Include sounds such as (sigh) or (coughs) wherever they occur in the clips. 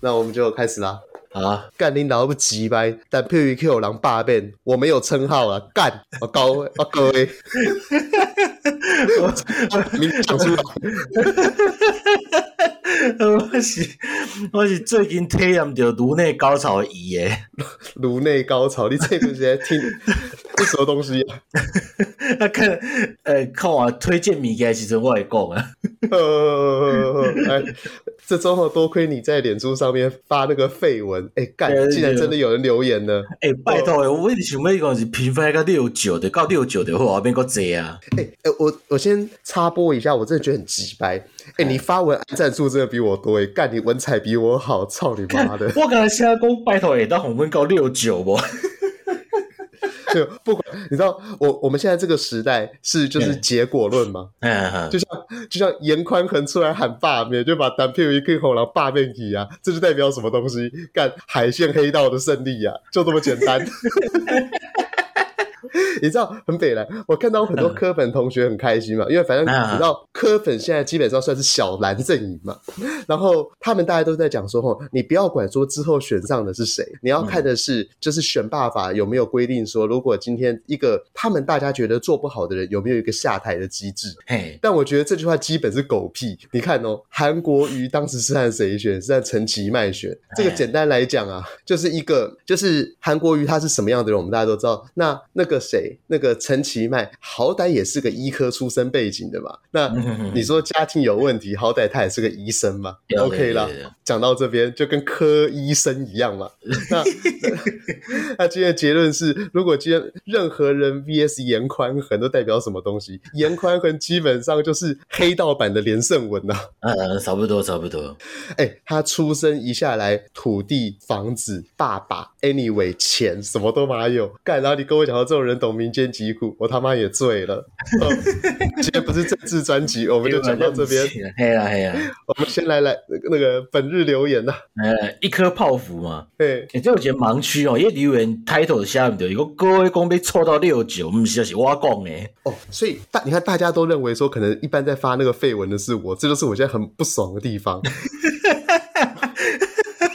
那我们就开始啦。好啊，干领导不急掰，但譬如 Q 狼霸变，我没有称号啊，干我高我各位，你讲出来，我是我是最近体验到颅内高潮的 (laughs) 伊诶，颅内高潮，你这个是在听 (laughs) 这什么东西啊？ (laughs) 啊看呃看我推荐物件的时阵，我会讲啊，呃，哎，这周末多亏你在脸书上面发那个绯闻，哎对干，对竟然真的有人留言呢，诶、哎拜托诶，我一直想要讲是评分到六九的，到六九的话，免个济啊，哎哎，我我先插播一下，我真的觉得很急掰，哎，你发文按赞数真的比我多，哎，干你文采比我好，操你妈的！ (laughs) 我刚才现在讲拜托诶，到红分到六九无， (laughs) 啊就不管你知道，我我们现在这个时代是就是嗯结果论嘛，嗯，就像 (laughs) 就像严宽恒出来喊罢免，就把单片一个红狼罢免你啊，这就代表什么东西？干海线黑道的胜利啊，就这么简单。 (laughs) 你知道很北来，我看到很多科粉同学很开心嘛，因为反正嗯你知道科粉现在基本上算是小蓝阵营嘛，然后他们大家都在讲说，吼，你不要管说之后选上的是谁，你要看的是就是选罢法有没有规定说，如果今天一个他们大家觉得做不好的人，有没有一个下台的机制？嘿，但我觉得这句话基本是狗屁。你看 (laughs) 哦，韩国瑜当时是和谁选？是和陈其迈选。这个简单来讲啊，就是一个就是韩国瑜他是什么样的人，我们大家都知道。那那个谁，那个陈其迈，好歹也是个医科出身背景的嘛。那嗯你说家庭有问题，好歹他也是个医生嘛。 (laughs) 对啊 OK 啦对对对，讲到这边就跟柯医生一样嘛。那那今天的结论是，如果今天任何人 VS 严宽恒都代表什么东西？严宽恒基本上就是黑道版的连胜文呐、啊。 (laughs) 嗯，差不多差不多，哎，他出生一下来，土地、房子、爸爸，anyway 钱什么都没有。干，然后你跟我讲到这种人懂民间疾苦，我他妈也醉了。哦、今天不是政治专辑，我哎我们就讲到这 (laughs) 边。，嘿啦嘿啦，我们先来来那个本日留言呐、啊呃，一颗泡芙嘛。哎，欸，这有一个盲区哦，伊留言 title 下面就伊讲各位讲要凑到六九，毋是就是我讲诶。哦，所以大你看，大家都认为说，可能一般在发那个绯闻的是我，这就是我现在很不爽的地方。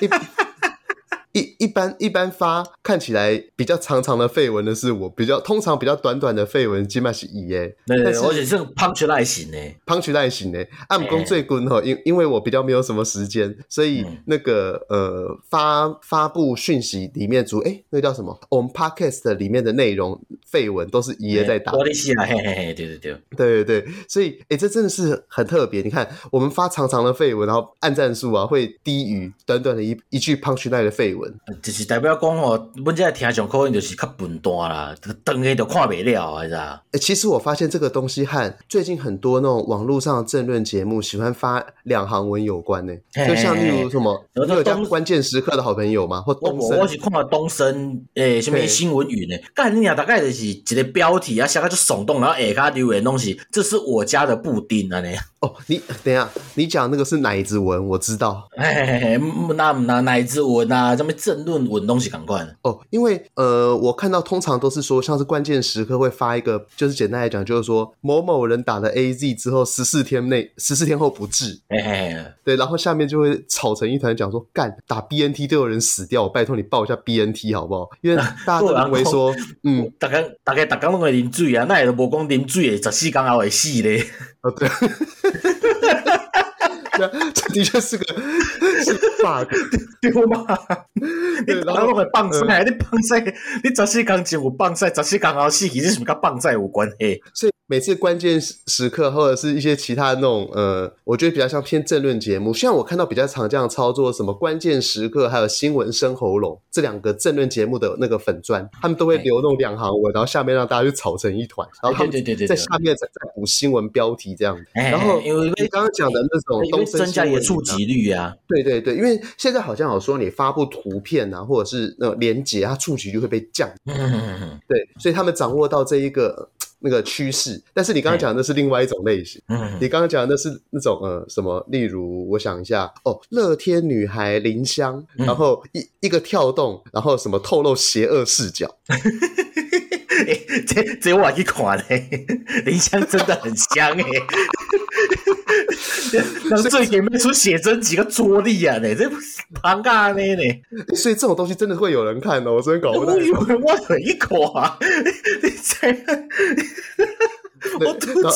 一一一般一般发看起来比较长长的绯闻的是我，比较通常比较短短的绯闻基本上是以耶，对但对，是而且这个 punch line 型诶，胖曲带型诶，暗工最滚吼，因因为我比较没有什么时间，所以嗯那个呃发发布讯息里面主诶、那个叫什么？我们 podcast 里面的内容绯闻都是爷爷在打我的是啊，嘿嘿嘿，对对对，对对对，所以哎、诶这真的是很特别。你看，我们发长长的绯闻，然后按赞数啊会低于短短的一一句 punch line 的绯闻。就是代表讲吼，阮遮听众可能就是较笨蛋啦，长诶就看袂了啊，是啊。哎、其实我发现这个东西和最近很多那种网络上的政论节目喜欢发两行文有关呢、嘿就像例如什么，嘿嘿你有加东关键时刻的好朋友吗？或我东我森我是看到东升诶，什对物新闻云诶，干你俩大概就是一个标题啊，写个就耸动，然后下骹留言拢是这是我家的布丁安尼。哦，你等一下，你讲那个是哪一支文？我知道。嘿嘿嘿，那那哪一支文啊，什么政论文拢是共款。哦，因为呃，我看到通常都是说，像是关键时刻会发一个，就是简单来讲，就是说某某人打了 A Z 之后，十四天内，十四天后不治，嘿嘿嘿。对，然后下面就会吵成一团，讲说干打 B N T 都有人死掉，拜托你报一下 B N T 好不好？因为大家都认为说，嗯，逐工逐个逐工拢会啉水啊，那会都无讲啉水会十四天后会死咧。哦对， (laughs) 对啊这的确是个是个 bug，对嘛？ (laughs) 你对逐然工后呃拢会放屎，啊你放屎，你十四天前有放屎，十四天后死，其实是毋甲放屎有关系。所以每次关键时时刻，或者是一些其他那种呃，我觉得比较像偏政论节目。像我看到比较常这样操作，什么关键时刻，还有新闻生喉咙这两个政论节目的那个粉砖，他们都会留那种两行文，然后下面让大家去吵成一团，然后他对们对对对在对。下面再再补新闻标题这样。嘿嘿然后因为你刚刚讲的那种因为东森增加你新的闻触云啊及率啊，对对对，因为现在好像有说你发布图片啊，或者是那种连接，它触及率会被降嗯嗯嗯嗯对，所以他们掌握到这一个呃那个趋势。但是你刚刚讲的那是另外一种类型，嗯 (laughs) 嗯，你刚刚讲的那是那种呃什么，例如我想一下，哦，乐天女孩林香，嗯然后一一个跳动，然后什么透露邪恶视角， (laughs) 欸这这我也去看咧，林香真的很香诶， (laughs) 那最前面出写真几个拙力啊呢，这庞尬呢呢，所以这种东西真的会有人看哦，我真的搞不懂我。以为我很一口啊，你这样，对我突然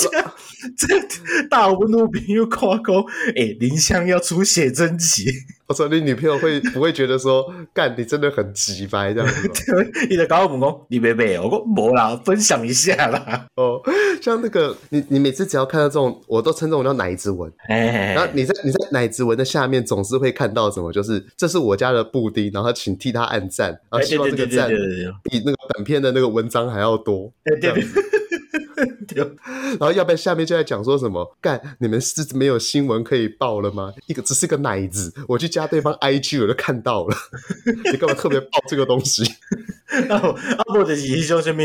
这大温度朋友夸口，哎、林香要出写真集，我说你女朋友会不会觉得说，干你真的很急白这样子吗？ (laughs) 伊就搞我问讲，你别买，哦我讲无啦，分享一下啦，哦，像那个你你每次只要看到这种，我都称这种叫奶子文。哎、然后你在你在奶子文的下面总是会看到什么，就是这是我家的布丁，然后请替他按赞，然后哎希望对这个对对赞对对比那个本片的那个文章还要多。对对对 (laughs) 对，然后要不然下面就在讲说什么，干你们是没有新闻可以报了吗？一个只是个奶子，我去加对方 IG 我就看到了， (laughs) 你干嘛特别报这个东西？啊无啊无就是迄种啥物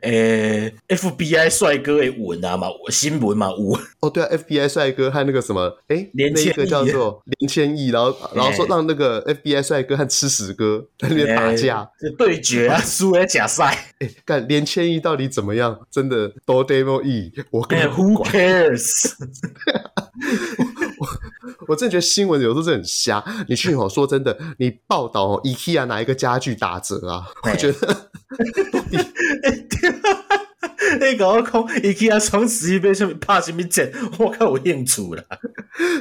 诶，FBI 帅哥的文啊嘛，有新闻嘛有，哦，对啊，FBI 帅哥和那个什么，哎，连那一千个亿叫做连千亿，然后然后说哎让那个 FBI 帅哥和吃屎哥在那边打架，诶，这对决啊，输诶假 (laughs) 赛，哎，干连千亿到底怎么样？真的多 demo 亿，我根诶本，Who cares？我真的觉得新闻有时候真的很瞎。你去哦，说真的，你报道哦，IKEA 哪一个家具打折啊？ (laughs) 我觉得 (laughs) 你甲我讲，伊去啊双十一买啥物，拍啥物战，我较有兴趣啦。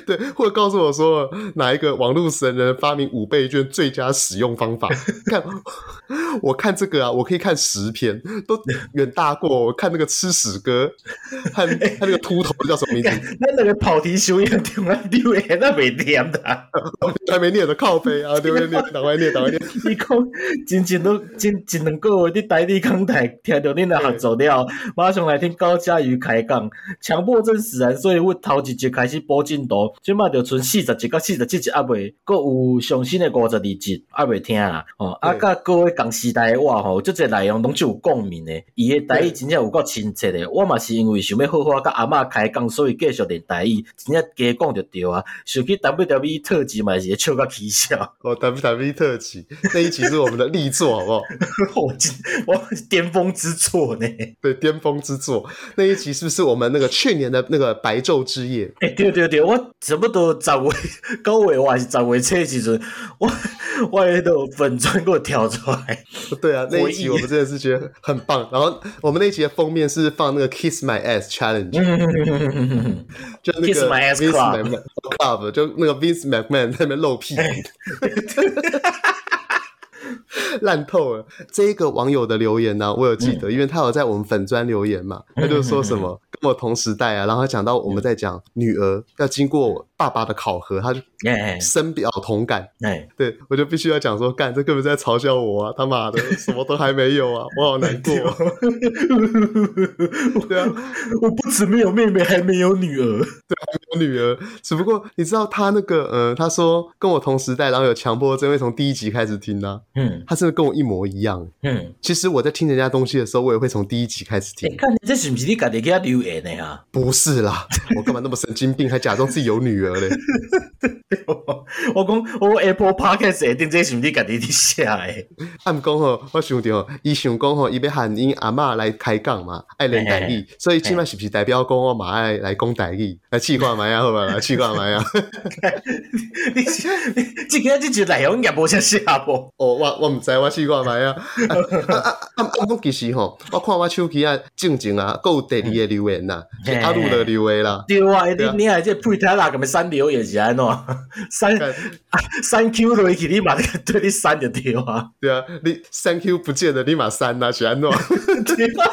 对，或者告诉我说哪一个网络神人发明五倍券最佳使用方法？ (laughs) 看，我看这个啊，我可以看十篇，都远大过我看那个吃屎哥和他那个秃头叫什么名字？咱两个跑题修养中啊，你会那袂念啊啦。还没念的靠背啊，对不对？念，赶快念，赶快念。 (laughs) 你讲真真都真一两个月，你台地讲台听到恁的合作了，马上来听高佳瑜开讲。强迫症使然，所以阮头一集开始补进度，即马就剩四十集到四十七集还未，搁有上新的五十二集还未听啦。哦，啊，对甲各位共时代的我吼，即个内容拢就有共鸣的，伊的台语真正有够亲切的。我嘛是因为想要好好甲阿嬷开讲，所以继续练台语，真正加讲就对啊。想去 WWE 特辑嘛是会笑到起笑。哦，WWE 特辑那一集是我们的力作，好不好？ (laughs) 我今我巅峰之作呢？对，巅峰之作那一集是不是我们那个去年的那个白昼之夜？哎、对对对，我差不多十月、九月我还是十月初的时阵，我我迄个粉砖给我跳出来， (laughs) 对啊，那回一忆集我们真的是觉得很棒。然后我们那一集的封面是放那个 Kiss My Ass Challenge，、就那个嗯 Kiss My Ass Vince Club 哎 McMahon- 哦 Club，就那个 Vince McMahon 在那边露屁股。烂透了！这一个网友的留言呢、我有记嗯得，因为他有在我们粉砖留言嘛，他就说什么跟我同时代啊，然后他讲到我们在讲女儿要经过爸爸的考核，他就哎深表同感。哎，对我就必须要讲说，干这根本在嘲笑我啊！他妈的，什么都还没有啊，我好难过、啊。对啊，哦 (laughs) 我不止没有妹妹，还没有女儿。我女儿，只不过你知道她那个，呃，她说跟我同时代，然后有强迫症，会从第一集开始听啊，嗯她真的跟我一模一样。欸嗯，其实我在听人家东西的时候，我也会从第一集开始你、听。看这是不是你家己给他留言的啊？不是啦，我干嘛那么神经病，还假装自己有女儿嘞？ (laughs) 我讲我 Apple Podcast 的定这是不是你家己在写的？ (laughs) 暗讲吼，我想着伊想讲吼，伊要喊因阿嬷来开讲嘛，爱练台嘿语，所以即摆是不是代表讲我嘛爱来讲台语，来试看卖啊，好吧，来试看卖啊。你你这个这集内容也无啥写无？哦，我我毋知，我试看卖 (laughs) 啊。啊啊啊啊！啊我其实吼，我看我手机啊，静静啊，还有第二个留言呐，是嘿阿鲁的留言啦。对啊，对啊你你还这配他啦，咁么删留言是安怎样？ (laughs) 删干删 Q 落去，你嘛对你删就对 (laughs) 啊。对啊，你 Thank you 不见了，立马删啦，是安 (laughs) 怎？对啊，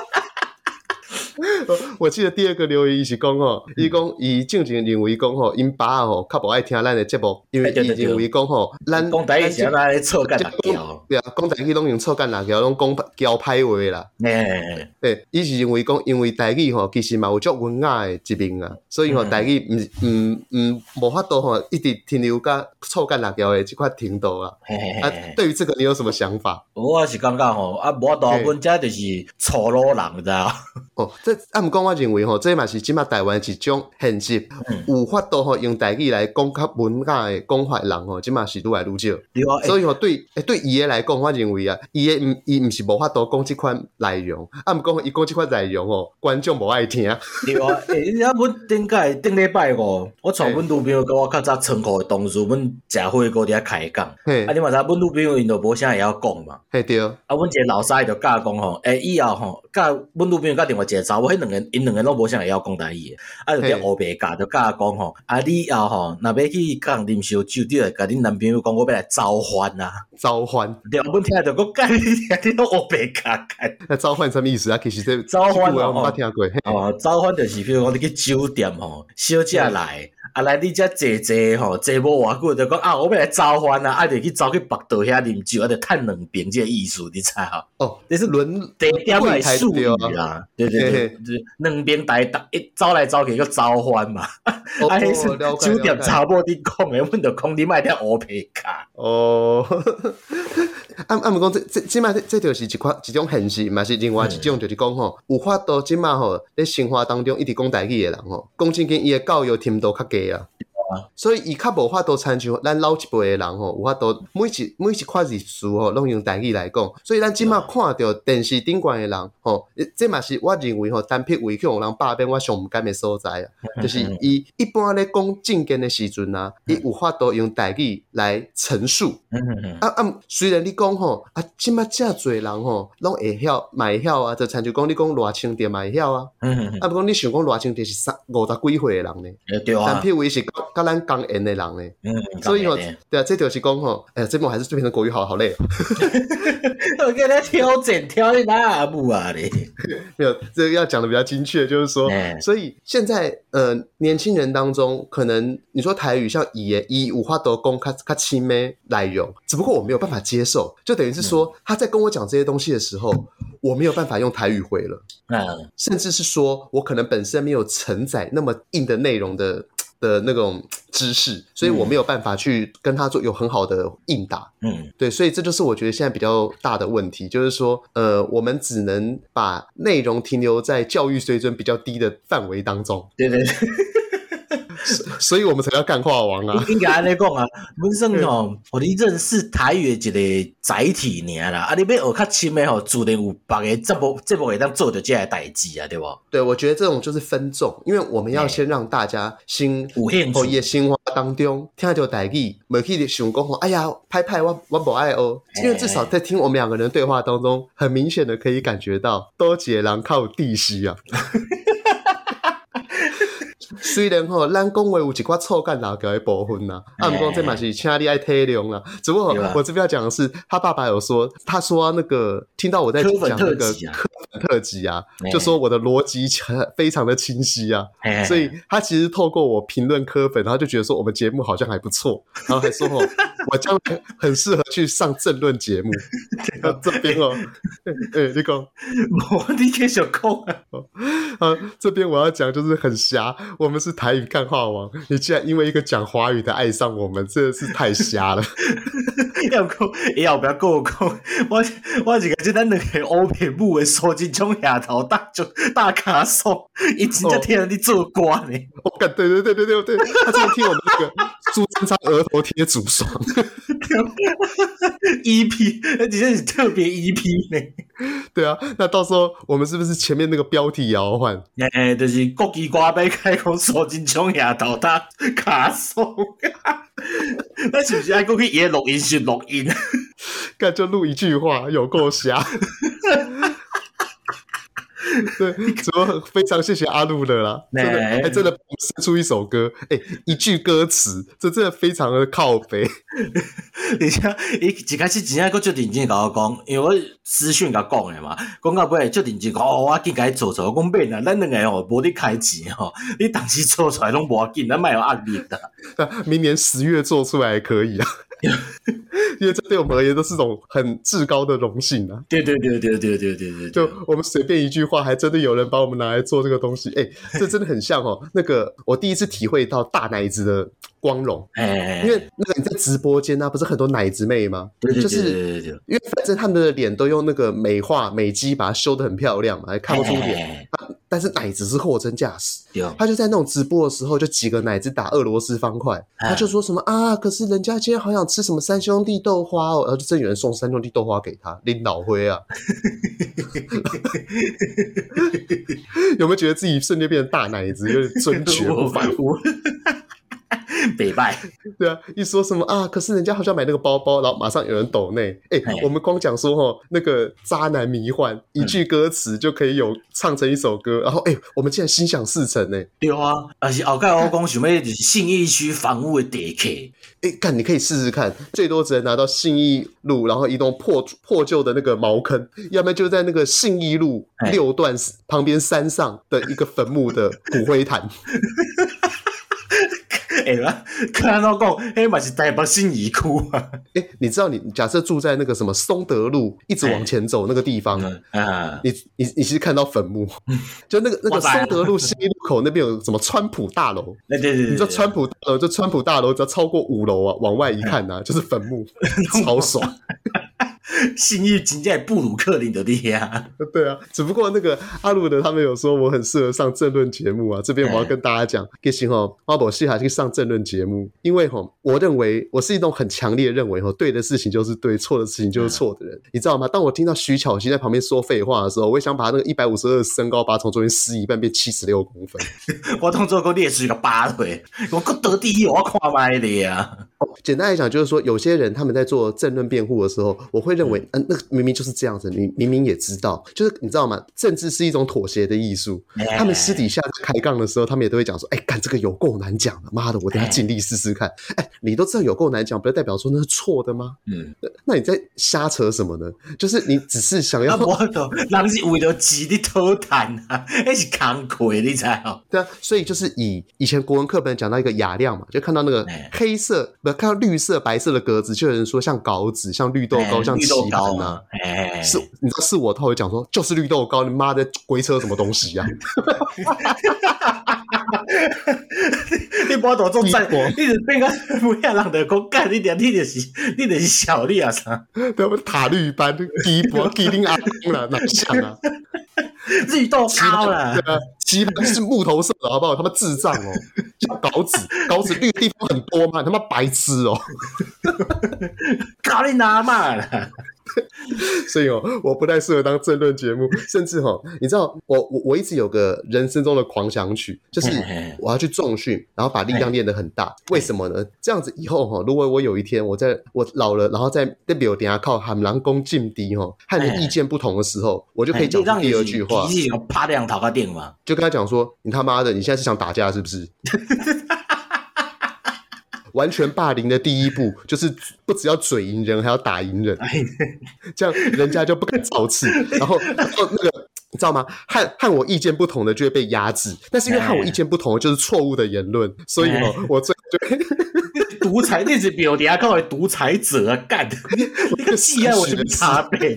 我记得第二个留言伊是讲吼，伊讲伊正经认为讲吼，因爸吼较无爱听咱的节目，因为哎对伊对对认为讲吼，咱 (laughs) 讲台语是咱安来错干这辣椒。对啊，讲台语拢用错干辣椒，拢讲交歹话啦。哎，对，伊是认为讲，因为台语吼，其实嘛有足文雅的一面啊，所以吼嗯台语毋毋毋无法度吼，一直停留甲错干辣椒的即块程度啊。嘿嘿啊嘿，对于这个你有什么想法？我是感觉吼，啊，无大嘿 (laughs) 阮遮就是粗鲁人，你知道？哦，这啊，毋讲我认为吼，这嘛是即马台湾一种现实，嗯有法度吼用台语来讲较文雅诶讲法的人吼，即嘛是愈来愈少。对啊，所以吼，对诶对伊诶来讲，我认为啊，伊诶毋伊毋是无法度讲即款内容，啊毋讲伊讲即款内容吼，观众无爱听。对啊，诶、欸，啊，阮顶届顶礼拜五，我带阮女朋友甲我较早仓库诶同事，阮食火锅伫遐开讲。嘿啊，，你嘛知阮女朋友因着无啥会晓讲嘛。嘿对，嘿啊，阮一个老师伊着教讲吼，诶、以后吼，教阮女朋友甲另外一个查某，迄两个因两个拢无啥会晓讲台语诶，啊，着嘿伫黑白教，着教讲吼，啊，你以后吼，若要去甲人啉烧酒，你着甲恁男朋友讲，我要来召唤啊。召唤，对啊，阮听着讲，干你听你都黑白教干。那召唤什么意思啊？其实这召唤这句话我毋哦捌听过。嘿哦，召唤就是，比如讲你去酒店吼，小姐来，啊来你遮坐坐吼，坐无偌久就讲啊，我要来召唤啊，啊就去走去北岛遐啉酒，啊就趁两瓶即个意思，你知吼？哦，这是轮第一点来柜台术对啊语啦，对对对，就是两边台搭一走来走去叫召唤嘛，哦啊，迄是哦了解酒店了解查某你讲诶，阮就讲你莫听乌皮卡，哦， (laughs) 啊啊，毋讲这这即摆这这就是一款一种现实，嘛是另外一种就是讲吼，有法度即摆吼咧生活当中一直讲台语诶人吼，讲真经伊诶教育程度较低啊。所以伊较无法度参像咱老一辈诶人吼，有法度每一每一款字词吼，拢用台语来讲。所以咱即马看到电视顶悬诶人吼，这嘛是我认为吼，单撇为去互人霸变我上毋甘诶所在啊。嗯就是伊一般咧讲正经诶时阵啊，伊有法度用台语来陈述。嗯嗯嗯啊啊！虽然你讲吼，啊，即马遮侪人吼，拢会晓，嘛会晓啊，就亲像讲你讲偌清点嘛会晓啊，嗯嗯啊，不讲你想讲偌清点是三五十几岁诶人呢，嗯，对但啊，譬如伊是甲甲咱共缘诶人呢，嗯，所以吼当然的，对啊，这就是讲吼，哎呀，这边我还是这边的国语好好累哦，我跟他挑整挑你哪阿母啊咧，没有，这个要讲的比较精确，就是说。哎所以现在，呃，年轻人当中，可能你说台语像伊耶伊五花多公卡卡七妹来容，只不过我没有办法接受，就等于是说、他在跟我讲这些东西的时候，我没有办法用台语回了。嗯，甚至是说我可能本身没有承载那么硬的内容的的那种知识，所以我没有办法去跟他做有很好的应答。嗯对，所以这就是我觉得现在比较大的问题，就是说，呃，我们只能把内容停留在教育水准比较低的范围当中， (laughs) 对对对。所以我们才叫干话王啊。应该安尼讲啊，本身吼，互你认识台语的一个载体尔啦，啊，你要学较深的吼，自然有别个节目节目会当做着这个代志啊，对无？ (laughs) 对，我觉得这种就是分众，因为我们要先让大家心有兴哦，伊趣，诶生活当中听到台语，袂去想讲吼，哎呀，拍拍我我无爱学，哎因为至少在听我们两个人对话当中，很明显的可以感觉到多一个人靠地势 (laughs) 啊。虽然吼，咱讲话有一寡臭干老搞的部分呐，啊，毋过这嘛是请你爱体谅啦。只不过哎对啊吧我这边要讲的是，他爸爸有说，他说那个听到我在科讲本那个特辑啊科本特辑啊，哎就说我的逻辑非常的清晰啊。嘿嘿所以他其实透过我评论科粉，然后就觉得说我们节目好像还不错，然后还说哦，我将来很适合去上政论节目。然后这边哦， (laughs) 哎、你讲无你继续讲啊，啊，这边我要讲就是很狭，我们是台语干话王，你竟然因为一个讲华语的爱上我们，真的是太瞎了。 (laughs) 要讲以后不要跟我讲，我我是感觉咱两个乌皮母的手机种下头大就大卡手，伊真正听着你做歌呢，我感对对对对对对，他真的听我们那个朱三昌额头贴主爽，E EP，而且这是特别 EP 呢。 (laughs) 对啊，那到时候我们是不是前面那个标题也要换？诶、就是国旗歌要开讲苏金昌也头搭卡 (laughs) 爽，咱是不是爱过去伊录音室录音？干就录一句话，有够瞎。对，只不过非常谢谢阿路的啦，真的哎还真的帮我们生出一首歌，哎、一句歌词，这真的非常的靠北。 (laughs) 而且伊一开始真正佫足认真甲我讲，因为我私讯甲讲诶嘛，讲到尾足认真讲，哦，我紧甲伊做做，我讲免啦，咱两个吼无咧开钱吼，你当时做出来拢无要紧，咱莫有压力啦。那明年十月做出来也可以啊， (laughs) 因为这对我们而言都是种很至高的荣幸啊。对对对对对对对对就对，我们随便一句话，还真的有人把我们拿来做这个东西，哎、这真的很像哦。那个我第一次体会到大奶子的光荣，诶，因为那个你在直播间啊，不是很多奶子妹吗？对对就对对是对对，因为哎反正他们的脸都用那个美化美肌把它修得很漂亮嘛，还看不出脸。脸，但是奶子是货真价实。对，他就在那种直播的时候，就几个奶子打俄罗斯方块，哎他就说什么啊，可是人家今天好想吃什么三兄弟豆花哦，然后就真有人送三兄弟豆花给他，领导灰 (laughs) 啊， (laughs) 有没有觉得自己瞬间变成大奶子，有点尊爵不凡？我北拜，对啊，一说什么啊，可是人家好像买那个包包，然后马上有人抖内。哎、哎嗯我们光讲说哦，那个渣男迷幻，一句歌词就可以有唱成一首歌，然后哎、我们竟然心想事成呢、对啊，而是后盖我讲想要就是信义区房屋的地契，哎、干，你可以试试看，最多只能拿到信义路，然后一栋破破旧的那个茅坑，要不然就在那个信义路哎六段旁边山上的一个坟墓的骨灰坛。 (laughs) 哎啦，看到讲，哎嘛是台北信义区啊，哎、你知道你假设住在那个什么松德路，一直往前走那个地方，哎嗯 (laughs) 啊，你你你是看到坟墓， (laughs) 就那个那我个知道松德路西路口那边有什么川普大楼？对对对，你知道川普大楼？就川普大楼只要超过五楼啊，往外一看呐、啊，就是坟墓，超爽。 (laughs) 信义真正的布鲁克林的地啊，对啊，只不过那个阿鲁的他们有说我很适合上政论节目啊，这边我要跟大家讲，也行哦，阿宝西还去上政论节目，因为吼，我认为我是一种很强烈认为吼，对的事情就是对，错的事情就是错的人，你知道吗？当我听到徐巧芯在旁边说废话的时候，我也想把他那个一百五十二身高把它从中间撕一半，变七十六公分。 (laughs) 我当做讲你会是个巴腿，我讲得第一，我看麦的啊，哦简单来讲，就是说有些人他们在做政论辩护的时候，我会认为，嗯、那个明明就是这样子，你明明也知道，就是你知道吗？政治是一种妥协的艺术。哎他们私底下开杠的时候，他们也都会讲说，哎、干这个有够难讲的，妈的，我等下尽力试试看。哎、你都知道有够难讲，不就代表说那是错的吗？嗯，那你在瞎扯什么呢？就是你只是想要啊，无就人是为了钱你讨谈啊，迄是工课，你知哦？对啊，所以就是以以前国文课本讲到一个雅量嘛，就看到那个哎黑色，不看到绿色、白色的格子，就有人说像稿纸、像绿豆糕、像哎绿棋豆盘糕啊嘛。，哎，是，你知道是我，他会讲说就是绿豆糕，你妈的鬼扯什么东西呀、你无度做战英国，你就变个每下人就讲干，你点你就是你就是小你啊啥，对不？塔绿班、鸡脖、鸡丁阿公了，哪像啊？绿豆糕啦对，啊，鸡盘是木头色的，好不好？他妈智障哦！像稿纸，稿纸绿的地方很多嘛，你他妈白痴哦！搞你阿嬷啦，所以哦，我不太适合当政论节目，甚至哦，你知道，我我我一直有个人生中的狂想曲，就是嘿嘿我要去重训，然后把力量哎练得很大。为什么呢？这样子以后哈、哦，如果我有一天我在我老了，然后在那边有等下靠喊狼公劲敌哦，和嘿你意见不同的时候，我就可以讲哎你出哎让第二句话，你是有拍两头个电嘛？就跟他讲说：“你他妈的，你现在是想打架是不是？” (laughs) 完全霸凌的第一步就是不只要嘴赢人，还要打赢人。哎，这样人家就不敢造次，然后然后那个。你知道吗？和和我意见不同的就会被压制，但是因为和我意见不同的就是错误的言论，所以哦，我最后就独裁，你是表弟啊，搞的独裁者啊， (laughs) 干，你个屁啊，我是差别，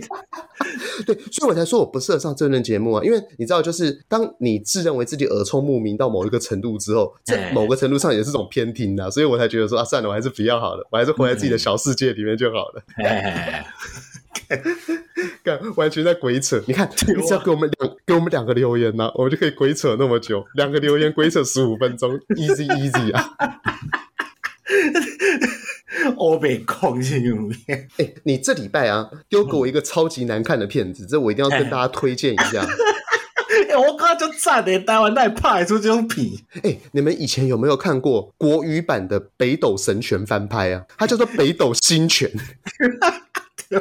对，所以我才说我不适合上政论节目啊，因为你知道，就是当你自认为自己耳聪目明到某一个程度之后，在哎某个程度上也是种偏听的、所以我才觉得说啊，算了，我还是不要好了，我还是活在自己的小世界里面就好了。哎，干，完全在鬼扯。你看，你只要给我们两给我们两个留言呢、我们就可以鬼扯那么久，两个留言鬼扯十五分钟 (laughs) ，easy easy 啊！我被控是因为。哎、你这礼拜啊，丢给我一个超级难看的片子，这我一定要跟大家推荐一下。欸，我感觉就赞的，台湾那拍得出这种片，哎、你们以前有没有看过国语版的《北斗神拳》翻拍啊？它叫做《北斗星拳》 (laughs)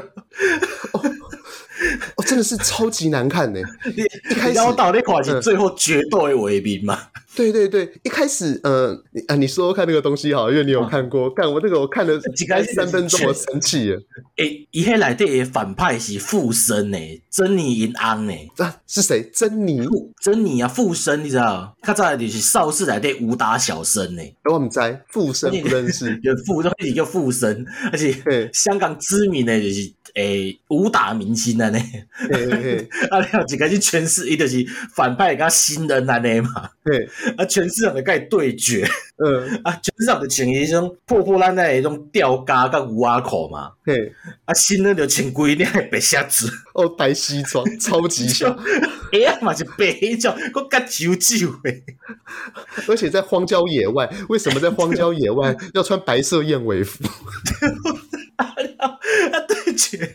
哦，哦，真的是超级难看呢、你一开始妖道那款是最后决斗的尾兵嘛？对对对，一开始，呃，你啊，你说说看那个东西好了，因为你有看过。干、我那个我看了啊 (laughs) 几开始三分钟，我生气了。诶、伊迄内底的反派是附身呢，珍妮因翁呢，啊，是谁？珍 (laughs) 妮？附珍妮啊附身，你知道？较早的就是邵氏内底武打小生呢，我们在附身不认识。有附都是一个附身，而且嘿香港知名的就是诶、武打明星啊呢，嘿嘿嘿 (laughs) 啊，了一开始全是伊就是反派甲新人安尼嘛。嘿，啊，全市场就甲伊对决嗯，啊，全市场就穿伊种破破烂烂的迄种吊嘎甲牛仔裤嘛，嘿，啊，新的就穿规领的白鞋子，哦，白西装，超级像，鞋啊嘛是白迄种，佮较久久的。而且在荒郊野外，为什么在荒郊野 (laughs) 外要穿白色燕尾服？ (laughs) 啊，对全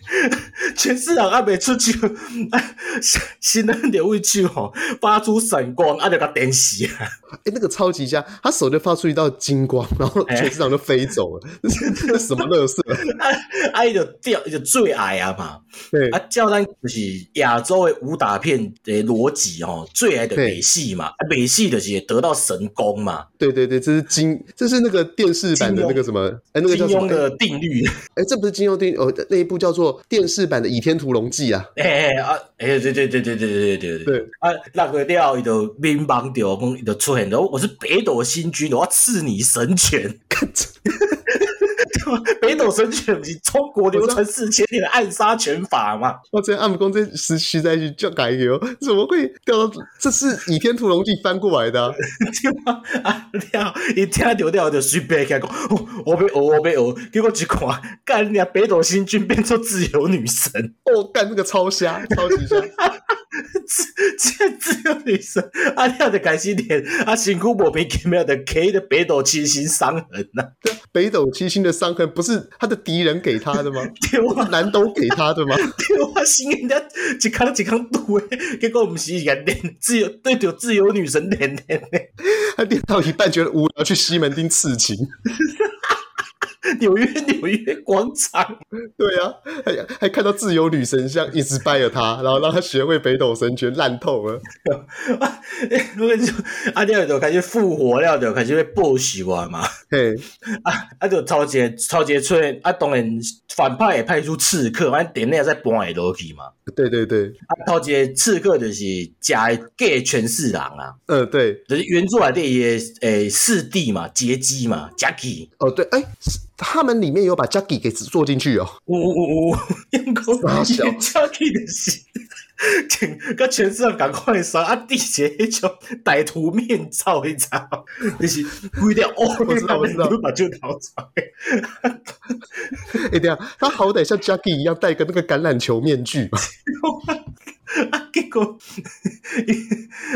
全市场啊，未出手，啊，新新人就位手吼，发出闪光，啊，就甲电死啊！哎，那个超级像，他手就发出一道金光， (laughs) 然后哎全市场都飞走了， (laughs) 这是这是什么乐 (laughs) 色？啊，伊就掉，伊就最爱啊嘛！对啊，照咱就是亚洲的武打片的逻辑吼，最爱的美戏嘛，啊，美戏就是会得到神功嘛，对对对，这是金，这是那个电视版的金庸那个什么？哎，那个金叫什庸么？哎的定律， (laughs) 哎，这不是金庸电影哦，那一部叫做电视版的《倚天屠龙记》啊。哎啊，哎，对对对对对对对对对，啊，那个了，伊就民帮掉，讲伊就出现了，我是北斗星君，我要赐你神拳。 (laughs) 看这北斗神拳不是中国流传四千年的暗杀拳法吗？我这暗公这时实在是就改流，怎么会掉到？这是《倚天屠龙记》翻过来的、 (laughs) 啊，对吗？啊，了，一听到了就随便讲，哦我被学，我被学，结果一看，干你啊！北斗星君变成自由女神，哦，干那个超瞎，超级瞎，这自由女神，啊，了就开始练，啊，辛苦莫名其妙的 K 的北斗七星伤痕呐、啊，北斗七星的伤痕不是他的敌人给他的吗？对吗？南斗给他的吗？对我心人家一空一空堵诶，结果不是伊练自由对着自由女神练练的。他练到一半觉得无聊，去西门町刺青。纽约纽约广场，对啊，还还看到自由女神像 inspire 他，然后让他学会北斗神拳，烂透了。我跟你说，啊，了就开始复活了，就开始被报仇啊嘛，嘿，啊，就超级超级出现，啊，当然反派也派出刺客，反正电影再搬会落去嘛，对对对，啊，头一个刺客就是假的假全四郎啊，嗯、对，就是原著内底伊的诶四弟嘛，杰基嘛，Jacky，哦对，哎、是他们里面有把 Jackie 给做进去哦。 (laughs) 呜呜呜呜，英国傻笑 Jacky 就是。全甲全世界共款的衫啊，戴一个迄种歹徒面罩，你知道吗？就是规条乌，我知道我知道把酒头出来。哎、等一下，他好歹像 Jackie 一样戴个那个橄榄球面具吧？ (laughs) 啊，结果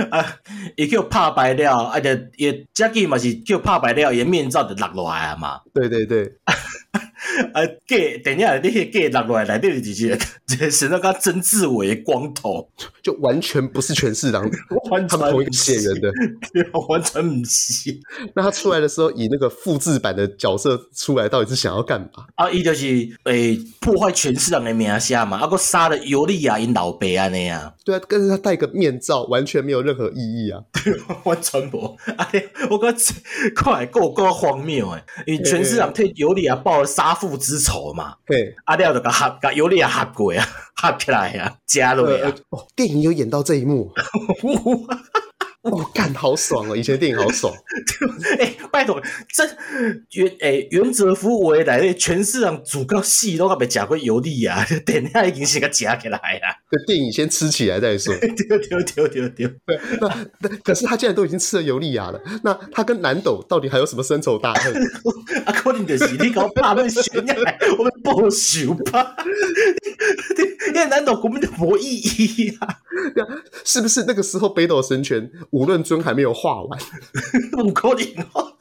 啊，伊叫拍败了，啊，就伊 Jacky 嘛是叫拍败了，伊的面罩就落落来啊嘛。对对对，啊，假电影你迄假落来，内底就是一 (laughs) 个一个是那个曾志伟的光头，就完全不是全市郎，完他全们同一个 (laughs) 不血是缘，的。对完全毋是。那他出来的时候，以那个复制版的角色出来，到底是想要干嘛？啊，伊就是诶、破坏全市人的名声嘛，啊，佫杀了尤利亚因老爸安尼啊， (laughs) 对啊，但是他戴个面罩，完全没有任何意义啊！完全无，啊，我感觉看来够够荒谬诶，因为全市人替尤利亚报了杀父之仇嘛，嘿，啊，了就甲合甲尤利亚合过啊， (laughs) 合起来啊，加落呃啊，哦，电影有演到这一幕， (laughs) 哦，干好爽哦！以前电影好爽，诶、欸拜托，这原诶、原则服务内底全市人主角戏都甲被食过尤利亚， (laughs) 电影已经是甲食起来啊，对，电影先吃起来再说。 (laughs) 对对对对对。对，那那可是他既然都已经吃了尤利亚了，那他跟南斗到底还有什么深仇大恨？ (laughs) 啊，可能就是你搞拍那悬崖，我们报仇吧。 (laughs) 因为难道根本就无意义 (laughs) 啊？是不是那个时候北斗神拳无论尊还没有画完？不可能哦！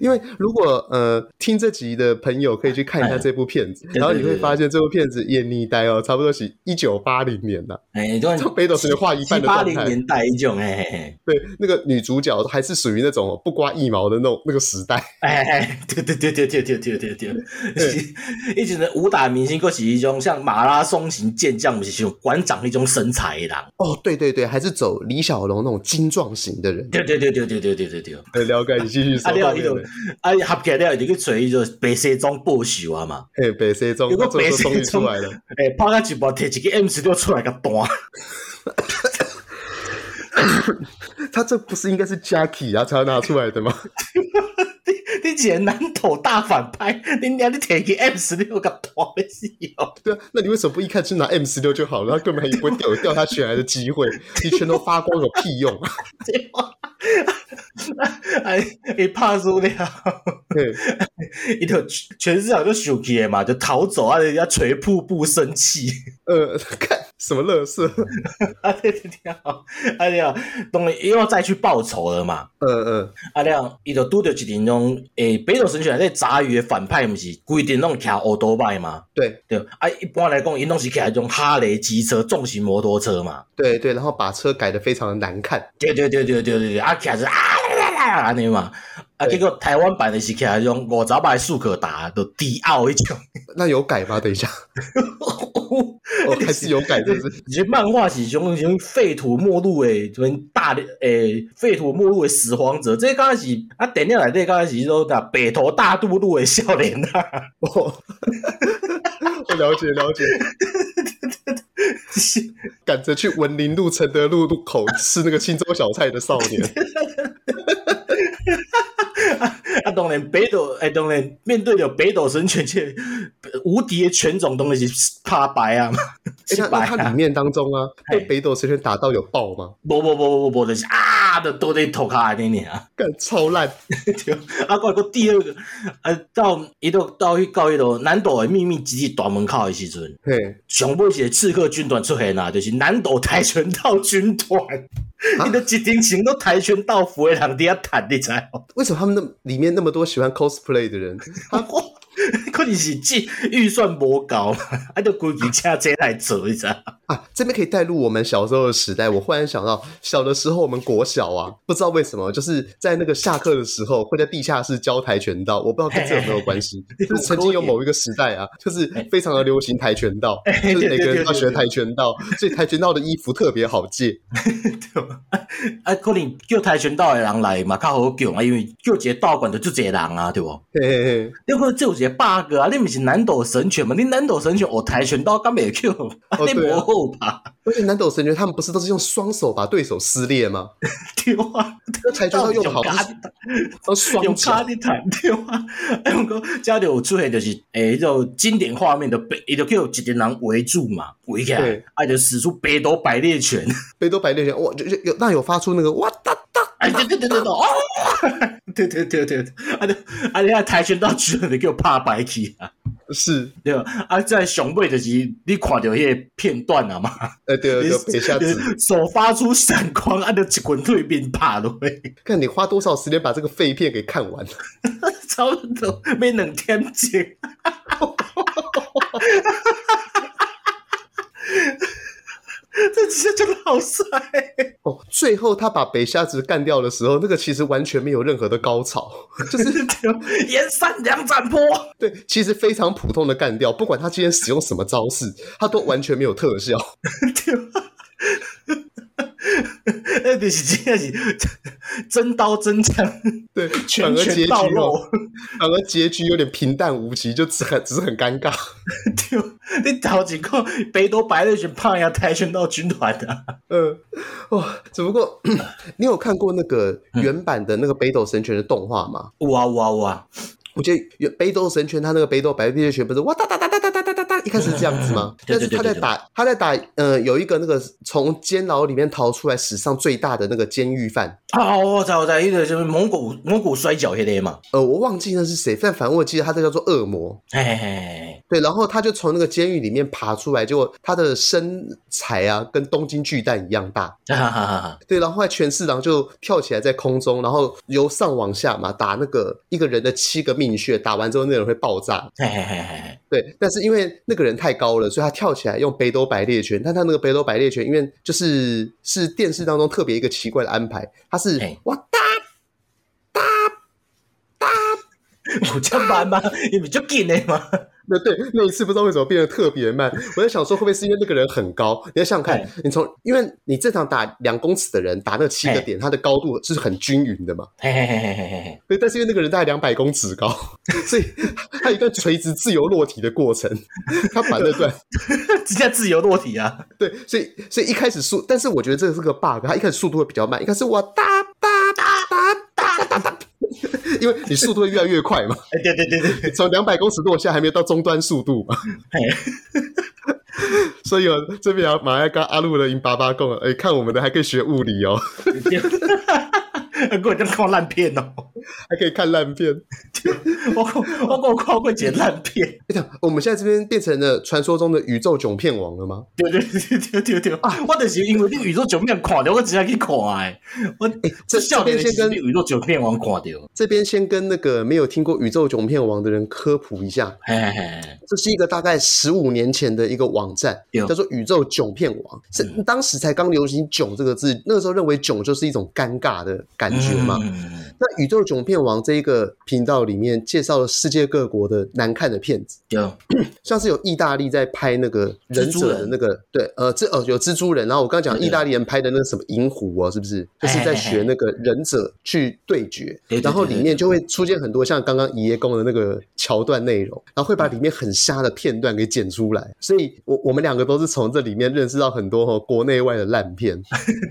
因为如果呃听这集的朋友可以去看一下这部片子，对然后你对会对发现这部片子也腻呆哦，差不多是一九八零年的，哎，就像北斗神拳画一七半的八状零态。年代一种哎对，那个女主角还是属于那种哦不刮一毛的那种那个时代。 (laughs) 哎哎，对对对对对对对对对，是以前的武打明星，佫是一种像马拉松型健将，不是像馆长那种身材的人。哦，对对对，还是走李小龙那种精壮型的人。对对对对对对对对对，对，了解，你继 (laughs) 续说。啊，了伊就对对啊合起来了，就去找伊就白西装报仇啊嘛。对嘿，北 C 中，有个他最后北终于 C 中出来了。诶、拍到一半，摕一个 M 十六出来甲弹。他这不是应该是 Jackie 啊才要拿出来的吗？你你一个南投大反派，你娘你摕去 M 十六个拖的死哦！ (laughs) 对啊，那你为什么不一开始拿 M 十六就好了？根本还不会掉掉他选来的机会，你全都发光有屁用？结果，哎，伊拍输了， (laughs) 对，伊就全市场就生气的嘛，就逃走啊！人家捶瀑布生气，呃，看什么乐色？ (laughs) (laughs) 啊对对对，啊了，当然又要再去报仇了嘛。嗯嗯，啊了，伊就拄着一阵种诶，北斗神拳内底杂鱼的反派，毋是规定拢骑奥多拜嘛？对对，啊，一般来讲，伊拢是骑迄种哈雷机车、重型摩托车嘛。对对，然后把车改的非常的难看，对对对对对对对，啊，骑是啊啦啦啦安尼嘛。啊，对结果台湾版的是骑迄种五十迈速可达的迪奥迄种。那有改吗？等一下， (laughs) 哦，还是有改，就是其实漫画是种种废土末路诶，什么大诶废土末路诶拾荒者，这刚开始啊，电影内底刚开始都打北投大渡路诶少年啊，哦， (laughs) 我了解了解，是赶着去文林路、承德路路口吃那个青州小菜的少 (laughs) 年，啊，当然北斗诶，当然面对着北斗神拳这个无敌的拳种，当然是怕白啊嘛，哎是那那白它啊里，面当中啊，被嘿北斗神拳打到有爆吗？无无无无无，就是啊，都都在头壳安尼尔。干超烂，对，啊，我个第二个，啊，到伊到到去到迄落南岛的秘密基地大门口的时阵，嘿，上尾一个刺客军团出现啦，就是南岛跆拳道军团，啊伊都一顶穿都跆拳道服的人伫遐谈，你知无？为什么他们那里面那么多喜欢 cosplay 的人？他我 (laughs) 可能是计预算无够嘛，啊，就规矩请这来做，你知道？啊，这边可以带入我们小时候的时代。我忽然想到，小的时候我们国小啊，不知道为什么，就是在那个下课的时候会在地下室教跆拳道。我不知道跟这有没有关系，就是曾经有某一个时代啊，就是非常的流行跆拳道，嘿就是每个人都要学对对对对跆拳道，所以跆拳道的衣服特别好借。对吧啊，可能叫跆拳道的人来嘛，较好叫啊，因为叫一个道馆就足侪人啊，对无？嘿嘿嘿，你看这有一个 bug 啊，你毋是南斗神拳嘛？你南斗神拳学跆拳道敢袂 Q？啊，哦你对啊无好吧？而且南斗神拳他们不是都是用双手把对手撕裂吗？对啊，那跆拳道用的好到底就是用双用脚卡的弹对啊，哎，我讲遮着有出现就是诶，迄、种经典画面的北，伊就叫一群人围住嘛，围起来对，啊就使出北斗百裂拳，北斗百裂拳，哇，就就有那有发出那个哇哒哒。哎，对对对对对，哦， (laughs) 对对对对，对啊就啊，你啊跆拳道居然就叫拍白去啊，是，对吧？啊，在上尾就是你看着迄个片段啊嘛，呃，对对你对，北下子，手发出闪光，啊，就一滚退面拍落去，看你花多少时间把这个废片给看完。 (laughs) 差不多要两点钟。这直接就老帅，哦，最后他把北瞎子干掉的时候，那个其实完全没有任何的高潮， (laughs) 就是对沿山两盏坡，对，其实非常普通的干掉，不管他今天使用什么招式，他都完全没有特效。 (laughs) 对吧？那就是真的是真刀真枪，对，拳反而结拳局到哦肉。反而结局有点平淡无奇，就只很只是很尴尬。 (laughs) 对，你头一个北斗白日拳胖呀跆拳道军团的、啊，嗯，哇、只不过 (coughs) 你有看过那个嗯原版的那个北斗神拳的动画吗？哇哇哇！我觉得原北斗神拳他那个北斗白臂拳不是哇哒哒哒哒哒哒哒哒哒，一开始是这样子吗？ (laughs) 对但对是对他在打他在打呃有一个那个从监牢里面逃出来史上最大的那个监狱犯，啊，我知我知，迄个什么蒙古蒙古摔跤迄个嘛，呃我忘记那是谁，但反正我记得他这叫做恶魔。嘿嘿嘿，对，然后他就从那个监狱里面爬出来，结果他的身材啊跟东京巨蛋一样大。嘿哈哈哈哈，对，然后后来全四郎就跳起来在空中，然后由上往下嘛打那个一个人的七个命穴，打完之后那个人会爆炸，嘿嘿嘿嘿嘿，对，但是因为那个人太高了，所以他跳起来用北斗百裂拳。但他那个北斗百裂拳，因为就是是电视当中特别一个奇怪的安排，他是嘿哇哒哒哒， (laughs) 有这么慢吗？伊毋足紧的吗？那对那一次不知道为什么变得特别慢。我在想说，会不会是因为那个人很高？你要想想看，你从因为你正常打两公尺的人打那七个嘿点，他的高度是很均匀的嘛。嘿嘿嘿嘿嘿嘿嘿，对，但是因为那个人大概两百公尺高， (laughs) 所以他有一段垂直自由落体的过程，他把那段。直接自由落体啊！对，所以所以一开始速，但是我觉得这个是个 bug，它一开始速度会比较慢，一开始我哒哒哒哒哒，因为你速度会越来越快嘛，哎，对对对对，从两百公尺落下还没有到终端速度嘛，嘿 (laughs) 所以哦，这边啊，马来跟阿路的赢八八共，哎，看我们的还可以学物理哦，对，我真看烂片哦，还可以看烂片。我我我看过一个烂片，哎呀，我们现在这边变成了传说中的宇宙囧片王了吗？对对对对对对，啊，我就是因为你宇宙九面看到，我直接去看诶，我哎这少边年的先时候跟宇宙九面王看到，这边先跟那个没有听过宇宙囧片王的人科普一下，嘿嘿嘿，这是一个大概十五年前的一个网站，对叫做宇宙囧片王，是嗯当时才刚流行“囧”这个字，那个时候认为“囧”就是一种尴尬的感觉嘛。嗯那宇宙囧片王这一个频道里面介绍了世界各国的难看的片子，对，像是有意大利在拍那个忍者的那个，对，呃，蜘呃有蜘蛛人，然后我刚刚讲对意大利人拍的那个什么银狐哦，是不是？就是在学那个忍者去哎对决嘿嘿嘿，然后里面就会出现很多像刚刚爷爷公的那个桥段内容，然后会把里面很瞎的片段给剪出来，所以我我们两个都是从这里面认识到很多哦国内外的烂片。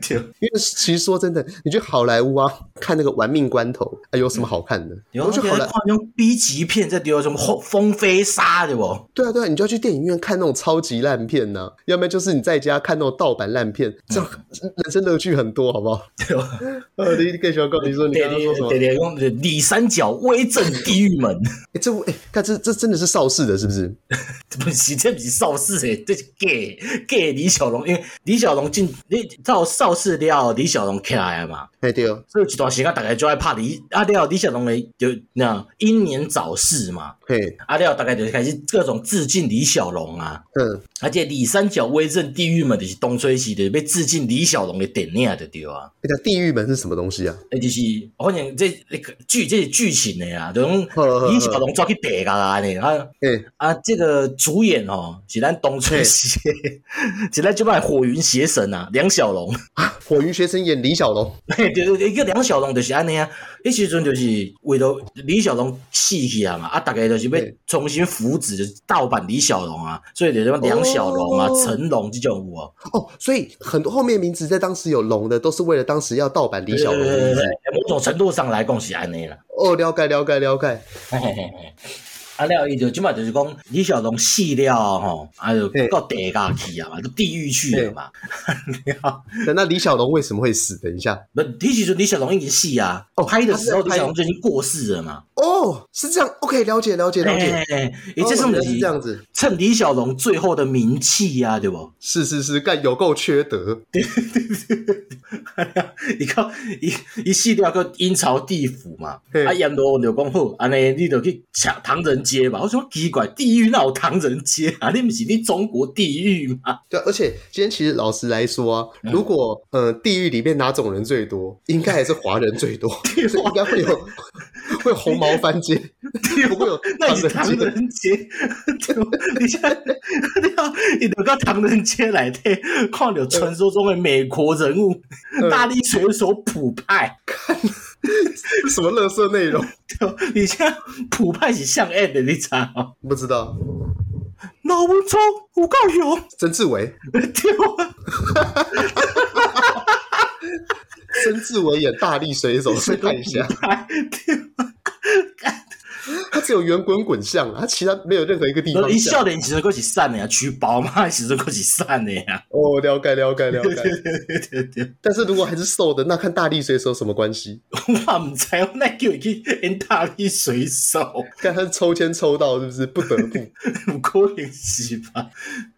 对。因为其实说真的，你去好莱坞啊，看那个《玩命关头》哎，有什么好看的？有我去好就看莱，那种 B 级片，再丢什么风风飞哦沙对不？对啊对啊，你就要去电影院看那种超级烂片呐、要不然就是你在家看那种盗版烂片，这 (laughs) 样人生乐趣很多，好不好？对吧？ (laughs) 呃，你更喜欢告你说你刚啊刚说什么？对对，用里三角威震地狱门，哎，这哎，看这这真的是邵氏的，是不是？这不是 (laughs) 这不是邵氏诶，这是 gay gay 李小龙，因为李小龙进你到邵氏了后，李小龙起来了嘛，哎对哦，所以有一段时间大家就爱拍李啊了后李小龙的就那英年早逝嘛，嘿，啊了后大概就开始各种致敬李小龙啊。嗯，而且李三角威震地狱门就是东吹西的，被致敬李小龙的电影就对啊。那地狱门是什么东西啊？诶，就是反正这那个剧这是剧情的啊，就讲好好好李小龙抓去白噶啦呢啊哎，啊！这个主演哦是咱东村西， (laughs) 是咱就卖火云邪神啊，梁小 (laughs) 龙，火云学生演李小龙，对对对，一个梁小龙就是安尼啊，迄时阵就是为了李小龙死去啊嘛，啊大概就是要对重新扶植就是盗版李小龙啊，所以就是梁小龙啊、哦成龙这种有无？哦，所以很多后面名字在当时有龙的，都是为了当时要盗版李小龙对对的对意思对。对某种程度上来讲是安尼啦。哦，了解了解了解，嘿嘿嘿嘿，啊了，伊就即马就是讲李小龙死了吼，啊就嘿到地下去啊嘛，到地狱去了嘛。那那李小龙为什么会死？等一下，不，迄时阵李小龙已经死啊，哦拍的时他候李是在拍小龙就已经过世了嘛。哦，是这样，OK，了解了解了解。嘿，嘿嘿哎诶，哦这上原就来是这样子，趁李小龙最后的名气啊，对不？ (laughs) 是是是，干有够缺德。你看，伊伊死了个阴曹地府嘛，嘿啊，阎罗王就讲好，安尼你就去抢唐人街吧。我说奇怪，地狱哪有唐人街啊？你不是你中国地狱吗？对啊，而且今天其实老实来说啊，嗯如果呃地狱里面哪种人最多，应该还是华人最 (laughs) 多，所以应该会有会有红毛番街，不会有那你是唐唐人街。人街，对吧 (laughs) 你现在你要你等到唐人街来底看到传说中的美国人物、大力水手普派，什么垃圾内容？ (laughs) 对吧你现在普派是像 a 的，你知道吗？不知道。老文聪有够勇，曾志 (laughs) 伟，对吧？曾志伟演大力水手，去看一下，普派， (laughs) 对吧？他只有圆滚滚像啊，他其他没有任何一个地方一像。笑脸其实够是善的呀，取宝嘛其实够是善的呀， (laughs) 哦，了解了解了对解。对对对，但是如果还是瘦的，那看大力水手什么关系？我唔知道，我那叫伊去演大力水手， (laughs) 看他是抽签抽到是不是？不得不。有可能是吧？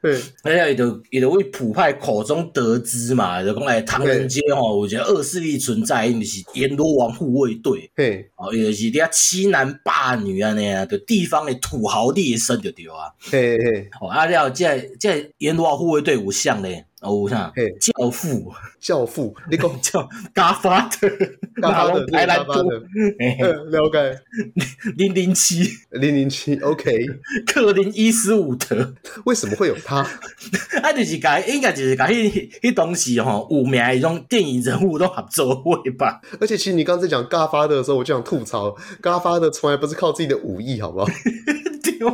对，哎呀，伊就伊就为普派口中得知嘛，就讲哎，唐人街吼，有一个恶势力存在，伊就是阎罗王护卫队，嘿，哦，伊就是遐欺男霸女安尼啊，就地方的土豪劣绅就对啊。嘿嘿，哦，啊了，这这阎罗王护卫队有像咧，哦有啥嘿？教父，哦教父，你 (laughs) 讲叫 (laughs) Godfather，大发的，白兰大发度，的，嗯，了解。零零七，零零七，OK，克林伊斯伍德，为什么会有他？啊，就是甲应该就是甲迄迄东西吼，有名的迄种电影人物都合作伙吧。 (laughs) 而且其实你刚才讲嘎发的时候，我就想吐槽，嘎发的从来不是靠自己的武艺，好不好？对啊，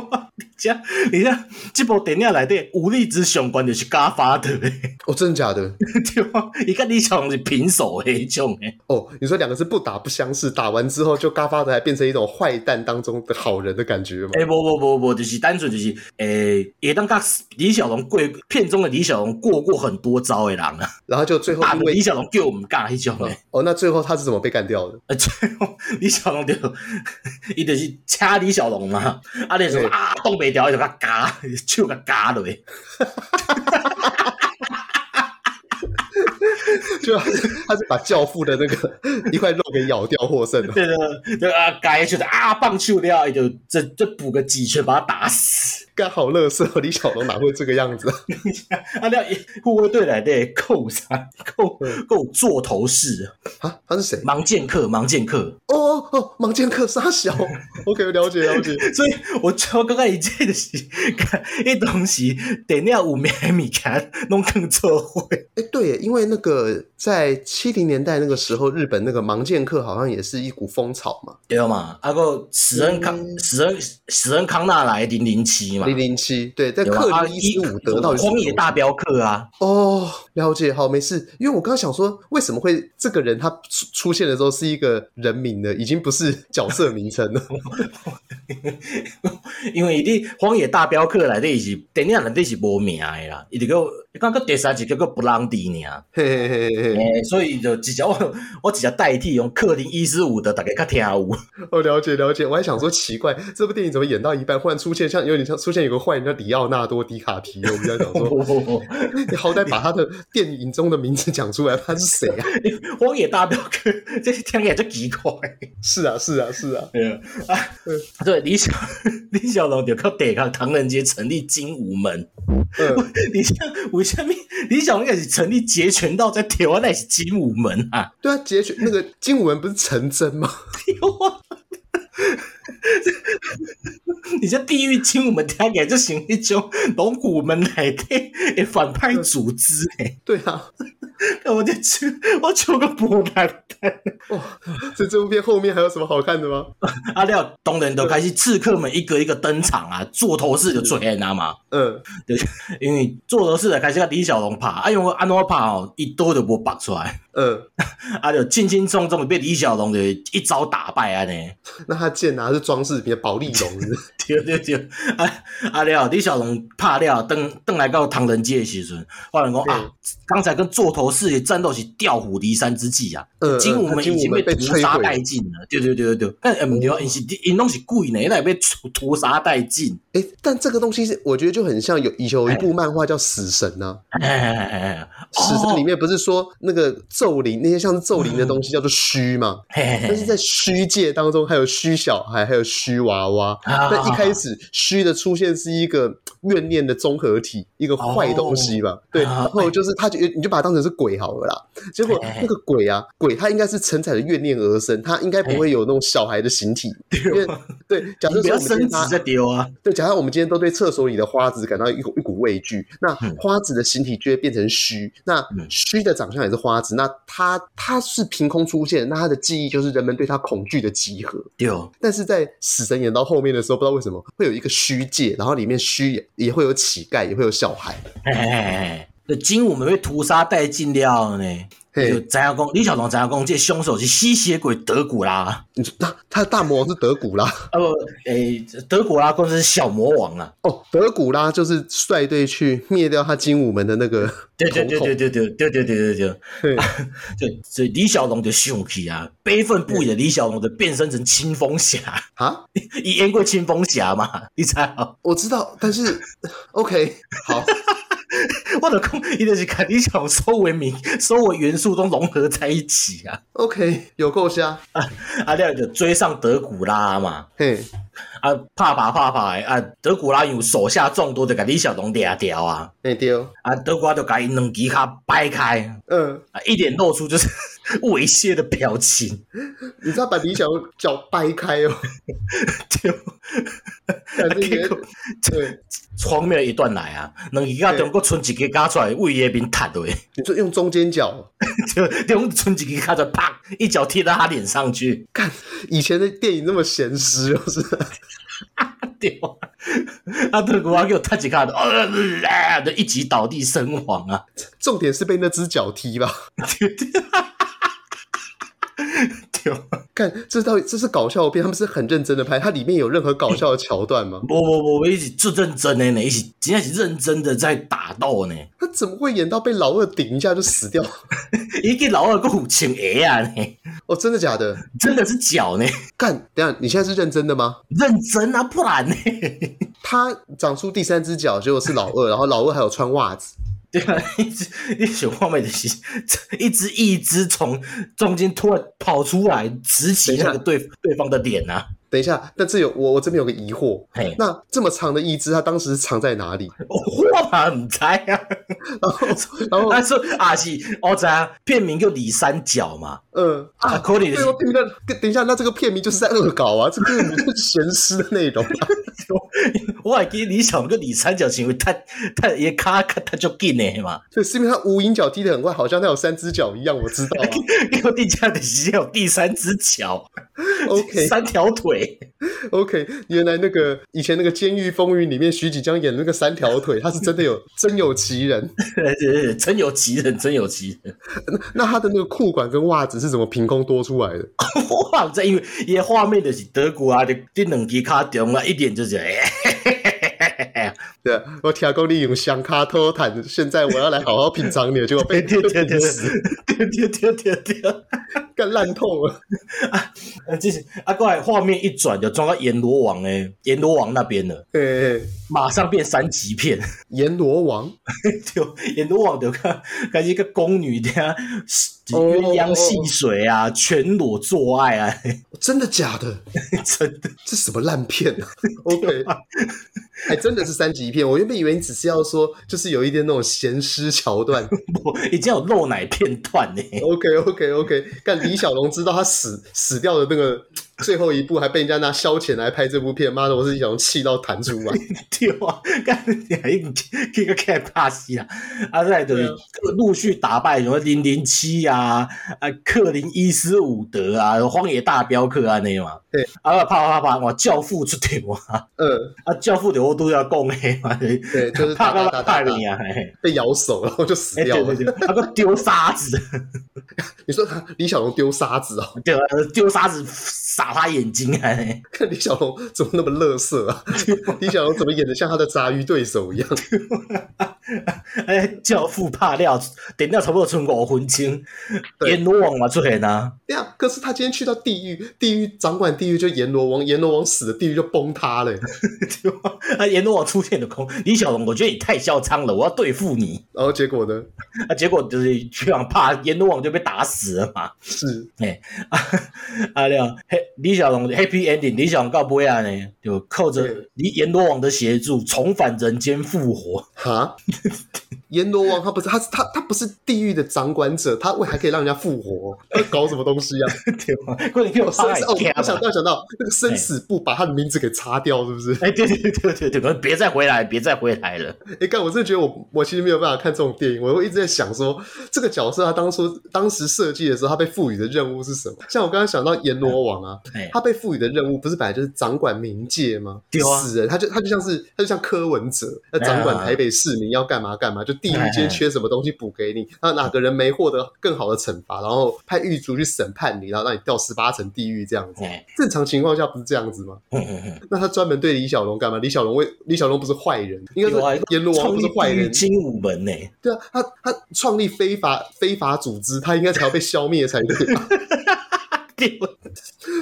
这你看这部电影内底武力值相关就是加法的， (laughs) (laughs) 哦，真的假的？对吗？伊甲李小龙是平手的迄种诶。哦，你说两个是不打不相识，打完之后就嘎发的还变成一种坏蛋当中的好人的感觉吗？诶、无无无无，就是单纯就是诶，也当甲李小龙过片中的李小龙过过很多招诶人啊，然后就最后大因李为小龙叫我们干迄种诶。哦，那最后他是怎么被干掉的？ (laughs) 啊，最后李小龙就，伊就是掐李小龙嘛，啊，你就对啊挡袂牢，伊就甲夹，手甲夹落去， (laughs) 就他是他是把教父的那个一块肉给咬掉获胜了。对对对，啊夹就是啊棒手了，伊就这这补个几拳把他打死。 (laughs) 干好乐色，李小龙哪会这个样子啊？啊，了护卫队来的扣啥扣嗯扣座头式，啊，他是谁？盲剑客，盲剑客。哦哦哦，盲剑客沙 (laughs) 小。OK，了解了解。所以我超感觉伊这就是，迄东西电影有名的物件拢更做伙。哎，对耶，因为那个在七零年代那个时候，日本那个盲剑客好像也是一股风潮嘛。对嘛，啊个史恩康、嗯史恩史恩康纳来零零七嘛，零零七，对，在对吧？克啊，林一十五有得到底是什么荒野大镖客啊，哦，了解，好，没事。因为我刚刚想说，为什么会这个人他出出现的时候是一个人名呢？已经不是角色名称 (laughs) 了。因为伊伫荒野大镖客内底是电影内底是无名的啦，伊就叫刚刚第三集叫做布朗迪尔，嘿嘿嘿嘿，诶、所以就直接我我直接代替用克林伊斯伍德大家较听有，哦，了解了解。我还想说，奇怪，这部电影怎么演到一半，忽然出现像有点像出现有个坏人叫里奥纳多·迪卡皮欧，我们在想说，你 (laughs) 好歹把他的电影中的名字讲出来，他是谁啊？ (laughs) 荒野大镖客这听起来就奇怪。是啊，是啊，是啊。对啊， (laughs) 对李小李小龙就靠抵抗唐人街成立精武门。嗯，你像为什么李小龙开始成立截拳道在台湾那是精武门啊？ (laughs) 对啊，结局那个金武文不是陈真吗？ (laughs) 你这地狱精武门听起来就像一种龙虎门内底的欸反派组织诶、对啊，欸，我就我求个波澜。所以这部片后面还有什么好看的吗？啊了，当然就开始刺客们一个一个登场啊，座头市就出现啊嘛。嗯，因为座头市就开始甲李小龙拍，啊因为安怎拍哦，一刀就无拔出来， (laughs) 嗯，啊就轻轻松松地被李小龙就一招打败安尼。 (laughs) 那他剑拿的是装饰品的宝丽龙是不是对对对，啊啊了，李小龙拍了，登登来到唐人街的时阵，我人讲对啊，刚才跟座头市的战斗是调虎离山之计啊，嗯， (laughs) 金武门金已经武门被屠摧杀毁哦殆了。尽了。对对对对对，但唔对，因是因拢是鬼呢，那被屠屠杀殆尽。哎，但这个东西是我觉得就很像有有一部漫画叫《死神》呐，哎哎哎哎， 《死神》里面不是说那个咒灵那些像是咒灵的嗯哎东西叫做虚嘛？面但是在虚界当中还有虚小孩，还有虚娃娃。啊但一开始虚的出现是一个怨念的综合体，一个坏东西吧？对，啊然后就是他觉你就把它当成是鬼好了啦。结果哎哎那个鬼啊，鬼他应该是承载了怨念而生，他应该不会有那种小孩的形 (laughs) 体。因为对，假设哎你不说要我们今升天职拿再丢啊！对，假设我们今天都对厕所里的花子感到一股一股畏惧，那嗯花子的形体就会变成虚，那嗯虚的长相也是花子，那它它是凭空出现，那它的记忆就是人们对它恐惧的集合。丢但是在死神演到后面的时候，不知道为什么会有一个虚界，然后里面虚也也会有乞丐，也会有小孩。哎哎哎，那金武门被屠杀殆尽了呢。就嘿，知影讲，李小龙知影讲，这凶手是吸血鬼德古拉，你说那他的大魔王是德古拉啊不，诶、德古拉公司是小魔王啊。哦，德古拉就是率队去灭掉他精武门的那个 (laughs) 对对对头对对对对对对对对对，对，所以李小龙就生气啊，悲愤不已的李小龙就变身成清风侠， (laughs) 啊，伊演过清风侠嘛， (laughs) 你知道？我知道，但 (laughs) 是 OK 好。我就讲，伊就是把李小龙所有的名、所有的元素都融合在一起啊， OK，有够瞎，啊，了就追上德古拉嘛，嘿，啊，怕怕怕怕的，啊，德古拉有手下众多，就把李小龙掠掉啊，哎丢，啊，德古拉就把伊两只脚掰开，嗯，啊，一脸露出就是 (laughs) 猥亵的表情，你知道把李小脚掰开 (laughs) 哦，对。啊感觉结果对，荒谬的一段来啊，两个甲中国剩一个夹出来，胃也面踢落去， (laughs) 你说用中间脚，就中剩一个夹出来，啪，一脚踢到他脸上去。以前的电影那么咸湿，就是对啊，啊，德古拉给我太几卡的，啊，呃就一击倒地身亡啊！ (laughs) 重点是被那只脚踢吧？对 (laughs) 对对，看这到底这是搞笑片，他们是很认真的拍，它里面有任何搞笑的桥段吗？我我我一起最认真的呢，一起真的是认真的在打斗呢，他怎么会演到被老二顶一下就死 (laughs) 掉？一个老二个五千鞋啊呢，哦，真的假的？真的是脚呢，干，等一下你现在是认真的吗？认真啊，不然呢？他长出第三只脚，结果是老二，然后老二还有穿袜子，对啊，一只一群画面的是一只一只从中间突然跑出来，直击那个对对方的脸啊！等一下，但这有我我这边有个疑惑，嘿，那这么长的一只，它当时是藏在哪里？我嘛唔知啊，然后然 (laughs) 后啊说啊是，我知啊，片名叫李三角嘛，嗯啊可能对是我听到，等一下，那这个片名就是在恶搞啊，这根本就是闲诗的内容、啊。 (laughs) 我还记得李想个李三角是因为他他也卡卡他就紧的嘛，对，是因为他无影脚踢得很快，好像他有三只脚一样，我知 (laughs) 道、啊。因为地下的是有第三只脚 OK 三条腿， OK，原来那个以前那个《监狱风云》里面徐锦江演的那个三条腿，他是真的有真有其人。 (laughs) 真有其人，真有其人。那他的那个裤管跟袜子是怎么凭空多出来的？ (laughs) 我唔知，因为伊的画面就是德国啊，就这两支卡中啊，一点就是哎。对啊，我听讲你用香卡偷坦，现在我要来好好品尝你了，结果被 (laughs) 对对对被死对对对对， (laughs) 干烂透了。啊，这是啊，过来画面一转就转到阎罗王诶，阎罗王那边了，诶、马上变三级片，哎 (laughs) 阎罗王就阎罗王就看，看一个宫女的啊，鸳鸯戏水啊，全裸做爱啊， (laughs) 真的假的？真的，这什么烂片 (laughs) 啊？OK，还真的是三级片。我原本以为你只是要说，就是有一点那种闲诗桥段。我 (laughs) 已经有露奶片段 (laughs) 呢、 OK OK OK，但李小龙知道他死 (laughs) 死掉的那个最后一步，还被人家拿消遣来拍这部片，妈的，我是李小龙气到弹出来。对啊，干你还用去个 K 巴西啊，啊再来就是陆续打败什么零零七啊、啊克林伊斯伍德啊、荒野大镖客啊那些嘛，对，啊啪啪啪，我教父出场啊，嗯，啊教父的我都要讲诶嘛，对，对，就是啪打打啪啪打打打打你，啊，嘿被咬手，然后就死哎掉对了对。对，啊个丢沙子，你说他李小龙丢沙子哦？对啊，丢沙子撒他眼睛啊，嘿看李小龙怎么那么乐色啊？ (laughs) 李小龙怎么演的像他的杂鱼对手一样？ (laughs) 哎 (laughs) 教父怕料，点料差不多剩五分钟，对阎罗王嘛出现啊。 (laughs) 对啊，可是他今天去到地狱，地狱掌管地狱就阎罗王，阎罗王死了，地狱就崩塌了。欸对吧？啊，阎罗王出现的空，李小龙，我觉得你太嚣张了，我要对付你。然后结果呢？啊，结果就是去往怕阎罗王就被打死了嘛。是哎、啊， (laughs) 啊了，嘿，李小龙 Happy Ending，李小龙告不会啊呢，就靠着对李阎罗王的协助重返人间复活。 (laughs) 哈，阎罗王他不是他他他不是地狱的掌管者，他为还可以让人家复活，他搞什么东西 (laughs) 啊？对吧？过你给我哦，生拍死哦，天啊我想吧。到想到那个生死簿把他的名字给擦掉，是不是？哎，对对对对对，别再回来，别再回来了。哎，干，我真的觉得我我其实没有办法看这种电影，我会一直在想说，这个角色他当初当时设计的时候，他被赋予的任务是什么？像我刚刚想到阎罗王啊，哎，他被赋予的任务不是本来就是掌管冥界吗？对啊死人他就他就像是他就像柯文哲，要掌管台北市民要干嘛干嘛，就地狱今天缺什么东西补给你，那哪个人没获得更好的惩罚，然后派狱卒去审判你，然后让你掉十八层地狱这样子。哎，正常情况下不是这样子吗？嗯嗯嗯，那他专门对李小龙干嘛？李小龙为李小龙不是坏人，应该有啊说阎罗王创不立是坏地狱人，精武门呢、对啊，他他创立非法非法组织，他应该才要被消灭才对吧？对吧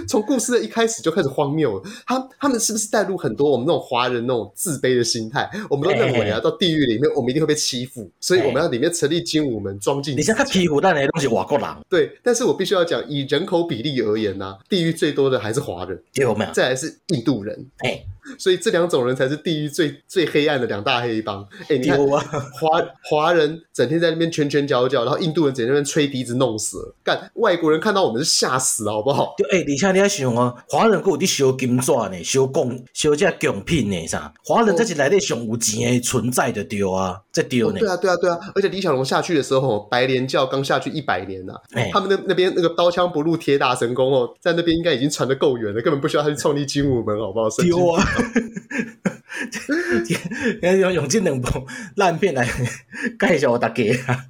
从故事的一开始就开始荒谬了。他他们是不是带入很多我们那种华人那种自卑的心态？我们都认为哎啊，到地狱里面我们一定会被欺负，所以我们要里面成立精武门，装进你像他屁股蛋的东西外国人，对。但是我必须要讲，以人口比例而言呢、地狱最多的还是华人，对没有？再来是印度人，哎，所以这两种人才是地狱最最黑暗的两大黑帮。哎，你看对啊。华华人整天在那边拳拳脚脚，然后印度人整天在那边吹笛子弄蛇，干外国人看到我们是吓死了，好不好？对，哎、而且你要想哦，华人佫有伫烧金纸呢，烧贡、烧这贡品呢，啥？华人才是内底上有钱的存在的对啊，这对呢对。啊，对啊，对啊！而且李小龙下去的时候，白莲教刚下去一百年呐、啊，哎、他们那那边那个刀枪不入、铁打神工哦，在那边应该已经传的够远了，根本不需要他去创立精武门，好不好？神经对啊，啊 (laughs) 哎用用用这两部烂片来介绍大家啊！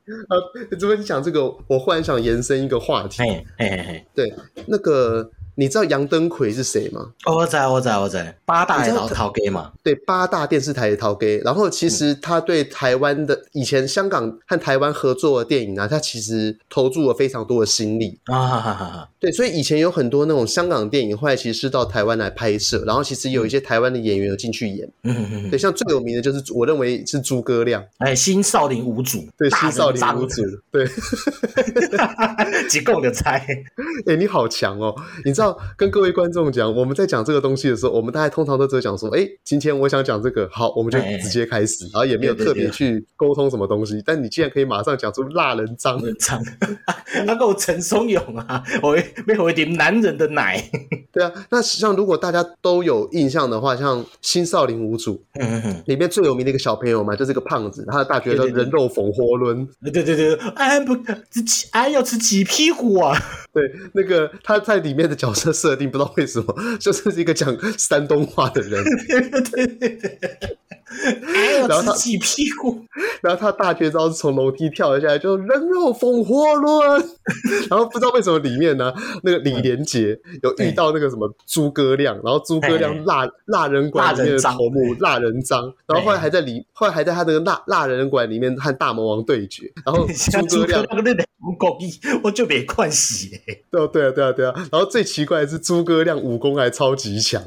呃，怎么讲这个？我忽然想延伸一个话题，嘿嘿嘿嘿，对，那个你知道杨登魁是谁吗？哦我知我知我知，八大的老头家嘛，对，八大电视台的陶给，然后其实他对台湾的以前香港和台湾合作的电影啊，他其实投注了非常多的心力。啊哈哈哈哈，对，所以以前有很多那种香港电影，后来其实是到台湾来拍摄，然后其实有一些台湾的演员有进去演。嗯哼哼哼对，像最有名的就是我认为是诸葛亮，哎，新少林五祖，对，大新人少林张五祖嘴，，对， (laughs) (laughs) 一共就猜，哎、你好强哦！你知道，跟各位观众讲，我们在讲这个东西的时候，我们大概通常都只有讲说，哎、今天我想讲这个，好，我们就哎直接开始，然后也没有对对特别对去沟通什么东西。但你竟然可以马上讲出辣人张，张，那个陈松勇啊，我要喝一点男人的奶，对啊。那实际上，如果大家都有印象的话，像《新少林五祖嗯哼哼》里面最有名的一个小朋友嘛，就是个胖子，他的大学叫对对对人肉缝活轮。对对对对，俺不吃鸡，俺要吃鸡屁股啊！对，那个他在里面的角色设定，不知道为什么 (laughs) 就是一个讲山东话的人， (laughs) 俺然哎要后他吃鸡屁股，然后他大绝招是从楼梯跳了下来，就人肉风火轮。 (laughs) 然后不知道为什么里面呢，那个李连杰有遇到那个什么诸葛亮，然后诸葛亮哎辣辣人馆里面的头目辣人张，然后后来还在里，后来还在他那个辣辣人馆里面和大魔王对决，然 (laughs) 后诸葛亮。那个不故意，我就没关系。对啊，对啊，对啊，对啊。然后最奇怪的是，诸葛亮武功还超级强，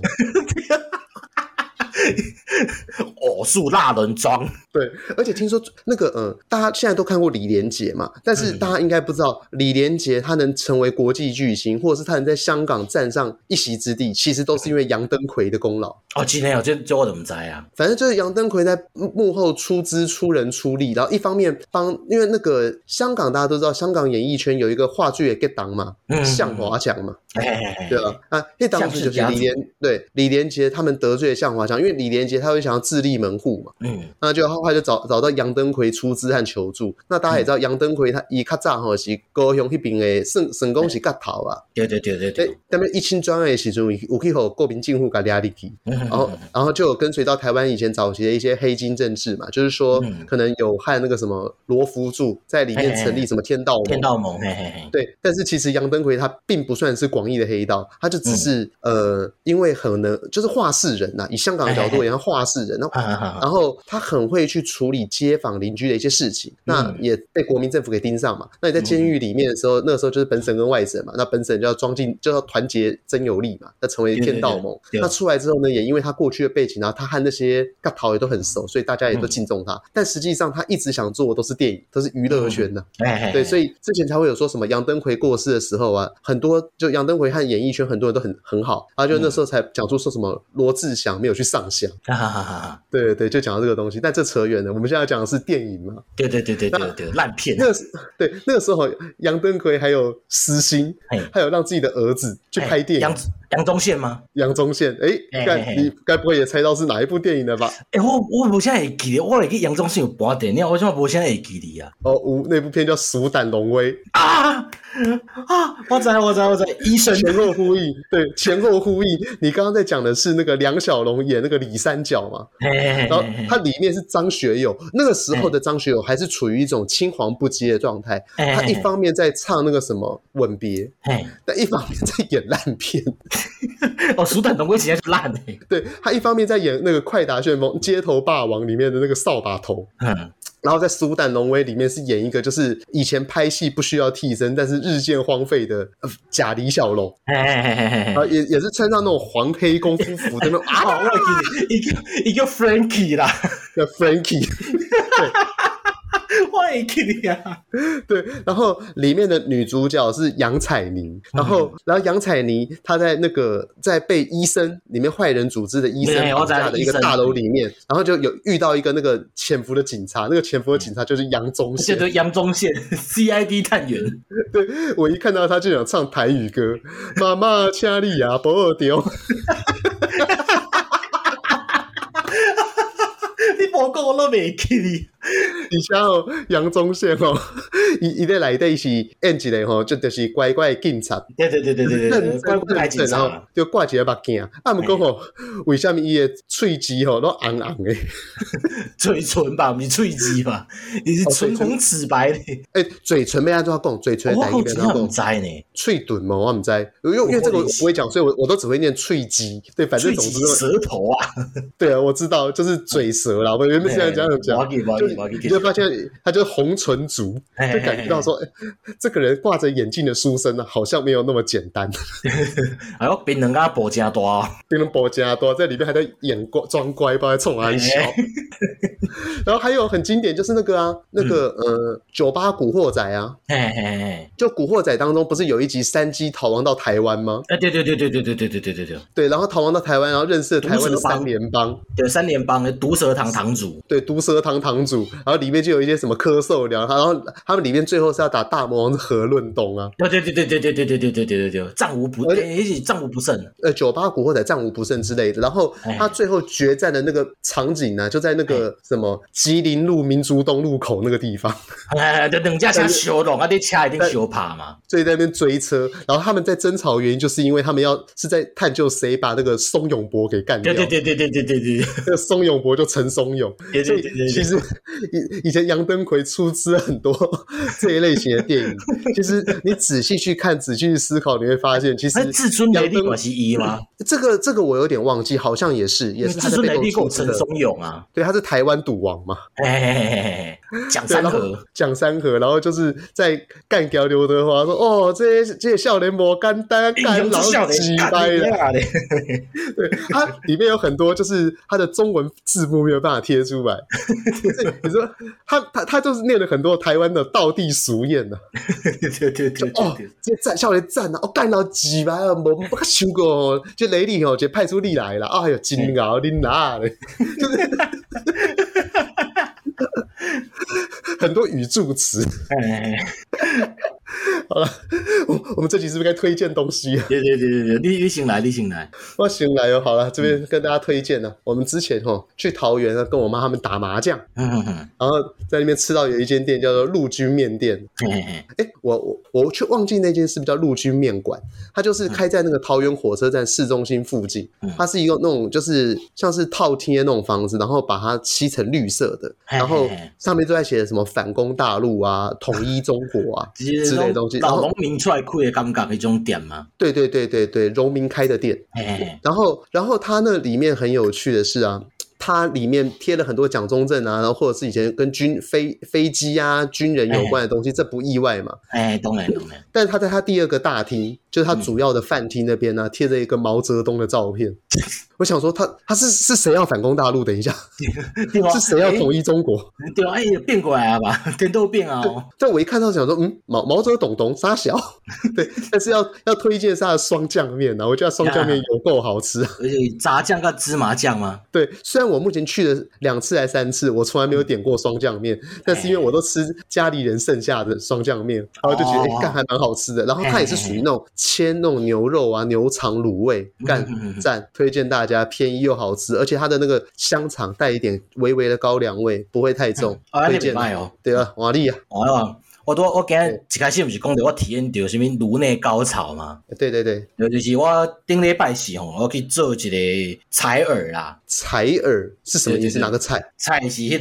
偶数辣人装，对。而且听说那个，嗯、大家现在都看过李连杰嘛，但是大家应该不知道，李连杰他能成为国际巨星，或者是他能在香港站上一席之地，其实都是因为杨登魁的功劳。哦，今天有这这我怎么知啊？反正就是杨登魁在幕后出资、出人、出力，然后一方面帮，因为那个香港大家都知道，香港演艺圈有一个话剧也 get 档嘛，嗯向华强嘛，嘿嘿嘿对了啊，那当时就是李连对李连杰他们得罪了向华强，因为李连杰他会想要自立门户嘛，嗯，那就后来就找找到杨登魁出资和求助。那嗯大家也知道，杨登魁他伊较早吼是高雄那边的省省公是割头啊，对对对嗯对对对，，那边一清专案的时阵，有去互国民政府甲掠入去。然然后，然后就有跟随到台湾以前早期的一些黑金政治嘛，就是说嗯哎可能有和那个什么罗福柱在里面成立什么天道盟天，道盟，嘿嘿嘿，对。但是其实杨登魁他并不算是广义的黑道，他就嗯只是呃，因为可能就是话事人呐，以香港的角度而言，他话事人，然后哎啊啊然后他很会去处理街坊邻居的一些事情，嗯那也被国民政府给盯上嘛。那你在监狱里面的时候，那时候就是本省跟外省嘛，那本省就要装进就要团结真有力嘛，那成为天道盟。对对对对那出来之后呢，也因为他过去的背景，然后他和那些大逃也都很熟，所以大家也嗯都敬重他。但实际上他一直想做的都是电影，都是娱嗯乐圈的、嘿嘿嘿，对，所以以之前才会有说什么杨登魁过世的时候啊，很多就杨登魁和演艺圈很多人都很很好，然后就那时候才讲出说什么罗志祥没有去上香。哈哈哈哈，对对，就讲到这个东西，但这扯远了。我们现在要讲的是电影嘛？对对对对对对，烂片，那个时对那个时候，杨登魁还有私心嘿，还有让自己的儿子去拍电杨影。杨宗宪吗？杨宗宪，哎，嘿嘿该嘿你该不会也猜到是哪一部电影了吧？诶，欸我我无啥会记得，我会记杨宗宪有播电影，我怎么无啥会记得啊？哦，无那部片叫《鼠胆龙 (laughs) 威》，啊啊！我知我知我知，医生前后呼应，对，前后呼应。你刚刚在讲的是那个梁小龙演那个李三角嘛？ (laughs) 嘿嘿然后嘿它里面是张学友，那个时候的张学友还是处于一种青黄不接的状态，嘿他一嘿方面在唱那个什么《吻别》，嘿，但一方面在演烂片，哦，苏丹龙威现在就烂嘞，对他一方面在演那个《快打旋风》《街头霸王》里面的那个扫把头，嗯，然后在《苏丹龙威》里面是演一个就是以前拍戏不需要替身，但是日渐荒废的、呃假李小龙，嘿嘿嘿嘿嘿然后。也也是穿上那种黄黑功夫服的那种啊，啊我会记得，伊叫伊叫 Frankie 啦， (laughs) 的 Frankie，我会记得啊。 (laughs) 对，然后里面的女主角是杨采妮，然嗯后然后杨采妮她在那个在被医生里面坏人组织的医生对我绑知道架的一个医生嗯大楼里面，然后就有遇到一个那个潜伏的警察，那个潜伏的警察就是杨 (laughs) 宗这宪，就杨宗宪 CID 探员，对我一看到他就想唱台语歌，妈妈掐利亚不二 (laughs) 丢，你无讲我都袂记哩。你像哦杨宗宪哦， (laughs) 伊伊咧内底是演一个吼，就就是乖乖的警察，对对对对对对对，怪不啊来警然后察，就挂一个目镜。啊，毋过吼，为什么伊的喙齿吼都红红的？ (laughs) 嘴唇吧，不是喙齿吧，你是哦嘴唇唇红齿白的，诶、哎嘴唇要安怎讲？嘴唇我台语好要奇安怎他讲唔？知呢，喙唇嘛，我唔知，因为因为这个我不会讲，所以我我都只会念喙肌。对，反正喙总齿之是舌头啊，对啊，我知道就是嘴舌啦。我原本是想讲嘿讲我给我就给我给，你就发现他就是红唇族，就感觉到说，哎这个人挂着眼镜的书生呢，好像没有那么简单。哎呦，槟榔啊，薄加大哦，变成博加啊多在里面还在演乖装乖，不知道在冲安哎笑。 (laughs) 然后还有很经典就是那个啊，那个、嗯呃，酒吧古惑仔啊，嘿嘿嘿，就古惑仔当中不是有一集山鸡逃亡到台湾吗？哎，对对对对对对对对对对对，对，然后逃亡到台湾，然后认识了台湾的毒蛇帮三联帮。对三联帮的毒蛇堂堂主，对，毒蛇堂堂主，然后里面就有一些什么咳嗽聊，然后他们里面最后是要打大魔王何润东啊，对对对对对对对对对对对对对，战无不，而且哎，一起战无不胜，呃，酒吧古惑仔战无不胜之类的。然后哎他最后决战的那个场景呢、就在那个什么吉林路民族东路口那个地方，哎，就两架车相撞，啊，你车一定相拍嘛，所以在那边追车。然后他们在争吵的原因，就是因为他们要是在探究谁把那个松永博给干掉对，对对对对对对对那个松永博就陈松永。对所对以对对其对，实以以前杨登魁出资了很多这一类型的 (laughs) 电影，其实你仔细去看、仔细去思考，你会发现，其实哎，至尊雷利管是一吗？这个这个我有点忘记，好像也是也是他在至尊背雷后利出管资陈的，松勇啊，对，他是台湾赌王嘛，哎嘿嘿嘿嘿，讲对，三然后合，讲三和，然后就是在干掉刘德华，说哦，这些这些笑脸魔干哎单干老鸡掰了，的，对，它里面有很多就是它的中文字幕没有办法贴出来，所以你说他他他就是念了很多台湾的道地俗谚呢、 (laughs) 对对对对哦，这赞笑脸赞啊，哦干到几万啊，我不修过，就雷利哦，就派出力来了，哎呦，真熬你哪嘞，就是。很多语助词，哎，好了，我我们这集是不是该推荐东西啊？对对对对对，你你醒来，你醒来，我醒来哦，好了，这边跟大家推荐呢、我们之前哦去桃园啊，跟我妈他们打麻将，嗯哼哼，然后在那边吃到有一间店叫做陆军面店，嘿嘿嘿，哎，我我我却忘记那间是不是叫陆军面馆，它就是开在那个桃园火车站市中心附近嗯，它是一个那种就是像是套贴那种房子，然后把它漆成绿色的，嘿然后嘿嘿上面都在写什么反攻大陆 (laughs) 啊、统一中国啊之类的东西，然老后农民出来哭的感觉，迄种店嘛，对对对对对，农民开的店，嘿嘿嘿，然后，然后它那里面很有趣的是啊，它里面贴了很多蒋中正啊，然后或者是以前跟军飞飞机啊、军人有关的东西，这不意外嘛。哎，当然当然，但是他在他第二个大厅，就是他主要的饭厅那边呢、贴着一个毛泽东的照片。 (laughs) 我想说他，他是是谁要反攻大陆？等一下，对吧？ (laughs) 是谁要统一中国？哎对吧？哎，变过来了吧？ (laughs) 天都变啊，哦但我一看到想说，嗯，毛毛泽东东沙小， (laughs) 对，但是要要推荐是他的双酱面啊，我觉得他双酱面有够好吃。而且炸酱跟芝麻酱嘛，对，虽然我目前去了两次还三次，我从来没嗯有点过双酱面，但是因为我都吃家里人剩下的双酱面，然后就觉得哦嗯哎，干还蛮好吃的。然后它也是属于那种切那种牛肉啊、牛肠卤味，干嗯嗯嗯赞，推荐大家，便宜又好吃，而且它的那个香肠带一点微微的高粱味，不会太重，啊，推你别荐。卖哦，对啊，瓦力啊，哦。我都我今日一开始毋是讲着我体验着什么颅内高潮嘛，对对对，就是我顶礼拜四吼，我去做一个采耳啦，采耳是什么意对对思？对哪个菜？菜是迄、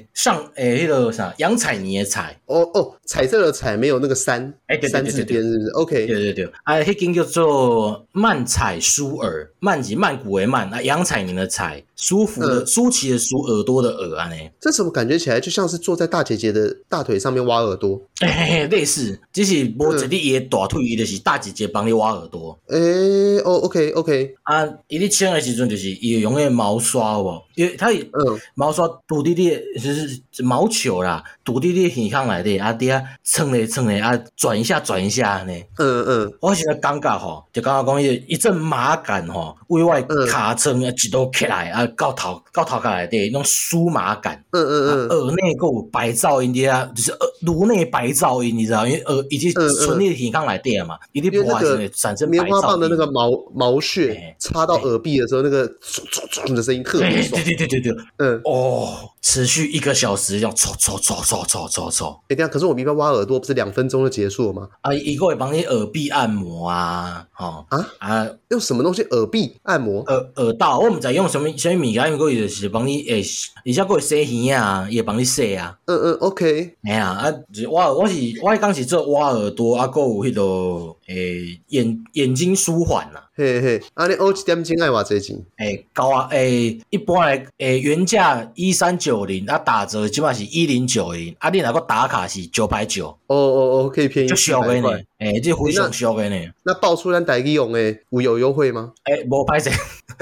个上诶，迄、个啥洋彩泥的菜，哦哦，彩色的彩没有那个三哎对对对三字对对边是不是？OK，对对对，啊，迄间叫做曼彩舒耳，曼是曼谷的曼，啊，洋彩泥的彩，舒服的、嗯舒淇的舒，耳朵的耳啊安尼，这怎么感觉起来就像是坐在大姐姐的大腿上面挖耳朵？嘿嘿嘿，类似，只是无一嗯日伊的大腿，伊就是大姐姐帮你挖耳朵，诶，哦，OK OK，啊，伊咧清的时阵就是伊会用迄毛刷有无，因为它有嗯，毛刷堵伫你的就是毛球啦，堵伫你的耳孔内底，啊，伫遐蹭咧蹭咧，啊，转一下转一下安尼。嗯嗯，我是在感觉吼，就感觉讲伊一阵麻感吼，为我嗯的尻川一路起来啊，到头到头壳内底那种酥麻感，嗯嗯嗯，啊耳内还有白噪音伫啊，就是耳颅内白噪音，你知道，因为耳已经嗯嗯存在耳腔内底了啊嘛，一定因为破那坏个会产生白棉花噪棒音。的那个毛毛屑哎哎插到耳壁的时候，那个唰唰唰的声音特别对爽。对对对对对，嗯，哦，持续一个小时，这样搓搓搓搓搓搓搓哎，等一下，可是我们一般挖耳朵不是两分钟就结束了吗？啊，一个会帮你耳壁按摩啊，哦啊啊用什么东西耳壁按摩？耳耳道，我毋知用什么什么物件，因为伊就是帮你欸诶，而且佫会洗耳啊，伊会帮你洗啊。嗯嗯，OK，哎呀，啊，就是我我是我刚是做挖耳朵，啊，佫有迄、落诶眼眼睛舒缓啦、啊。嘿嘿，啊，你欧一点钟爱挖这钱？诶，高啊！诶，一般来诶原价一三九零，啊打折即码是一零九零，啊你若个打卡是九百九，哦哦哦，可以便宜就四俗百诶呢块。，诶，这非常俗诶呢，那爆出咱台语用的有有优惠吗？诶，无歹势，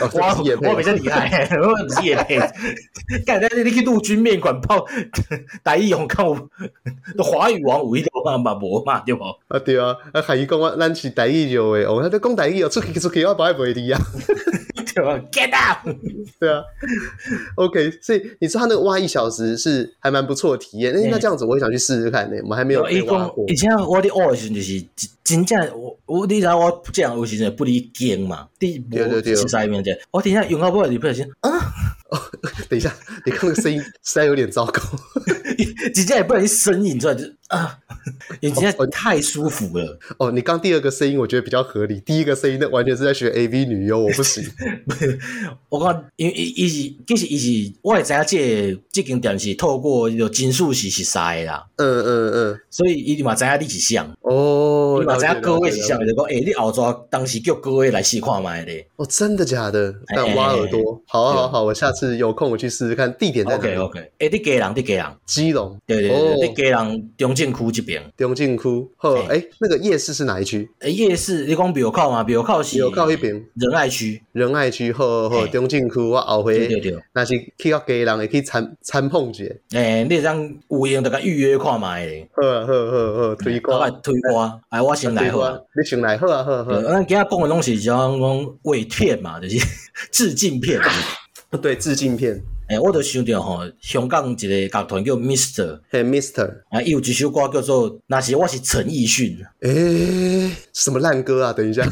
哦，这我不是业配我比较厉害， (laughs) 我不是也配，干但是你去陆军面馆泡台语用看有，华语王有迄条嘛嘛无嘛对无？啊对啊，啊海伊讲我咱是台语用的，哦，他在讲台语哦，出去出去，我不爱袂离啊。 (laughs) 对吧？Get up！对啊，OK，所以你说他那个挖一小时是还蛮不错的体验。那、嗯那这样子我也想去试试看呢、我们还没有伊被挖哎讲过，以。前我伫学诶时阵就是真真正我我你知影我这样有时阵不离经嘛，第无对对对识面者，我真正用到尾就不小心，等一下，你看那个声音实在有点糟糕。 (laughs) 真正也不小心呻吟出来，就啊， (laughs) 因为真哦正太舒服了，哦，你刚第二个声音我觉得比较合理，第一个声音那完全是在学 AV 女优，我不 (laughs) 行。我讲因为伊伊是其实伊是我会知影这个这间店是透过迄个金属是实识诶啦，嗯嗯嗯，所以伊嘛知影你是谁，哦，伊嘛知了影解各位了解是了谁，解就讲诶，你后抓当时叫各位来试看卖咧。哦，真的假的？哎但挖耳哎朵，好啊对好啊啊好，我下次有空我去试试看。地点在哪 OK 哦里？ OK，诶，你家人你家人，基隆。对对对，哦你家人中正区这边。永靖区，哦，哎哎，那个夜市是哪一区？诶，夜市你讲庙口嘛，庙口是有靠那边，仁爱区，仁爱区，好好哎永靖区，我后对回对对。那是去到家人会去参参碰者，诶、你当有闲就甲预约看卖咧，好啊好啊好啊好啊，推我广来推我，哎，我先来好啊。，你先来好啊好啊好对啊咱今仔讲的拢是像讲伪片嘛，就是 (laughs) 致敬片。对，致敬片，诶、我就想着吼，香港一个乐团叫 Mister，嘿，Mister，啊，伊有一首歌叫做《那是我是陈奕迅》， (laughs) 诶，什么烂歌啊？等一下，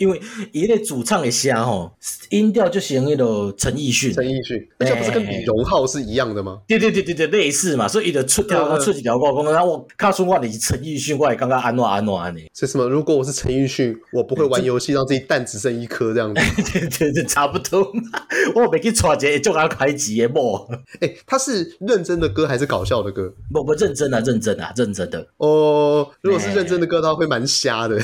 因为伊个主唱的声吼，音调就像迄个陈奕迅。陈奕迅，那这不是跟李荣浩是一样的吗？对对对对对，类似嘛，所以伊就出条嗯嗯出一条歌，讲，然后我看出我你是陈奕迅，我会感觉安怎安怎 (laughs) 安尼。所以什么？如果我是陈奕迅，我不会玩游戏，让自己蛋只剩一颗这样 (laughs) 子。对对对，差不多。 (laughs) 我袂去娶一个足阿开钱的某，哎，他是认真的歌还是搞笑的歌？ (laughs) 不不认真啊，认真啊，认真的。哦，如哎果是认真的歌，他会蛮瞎的。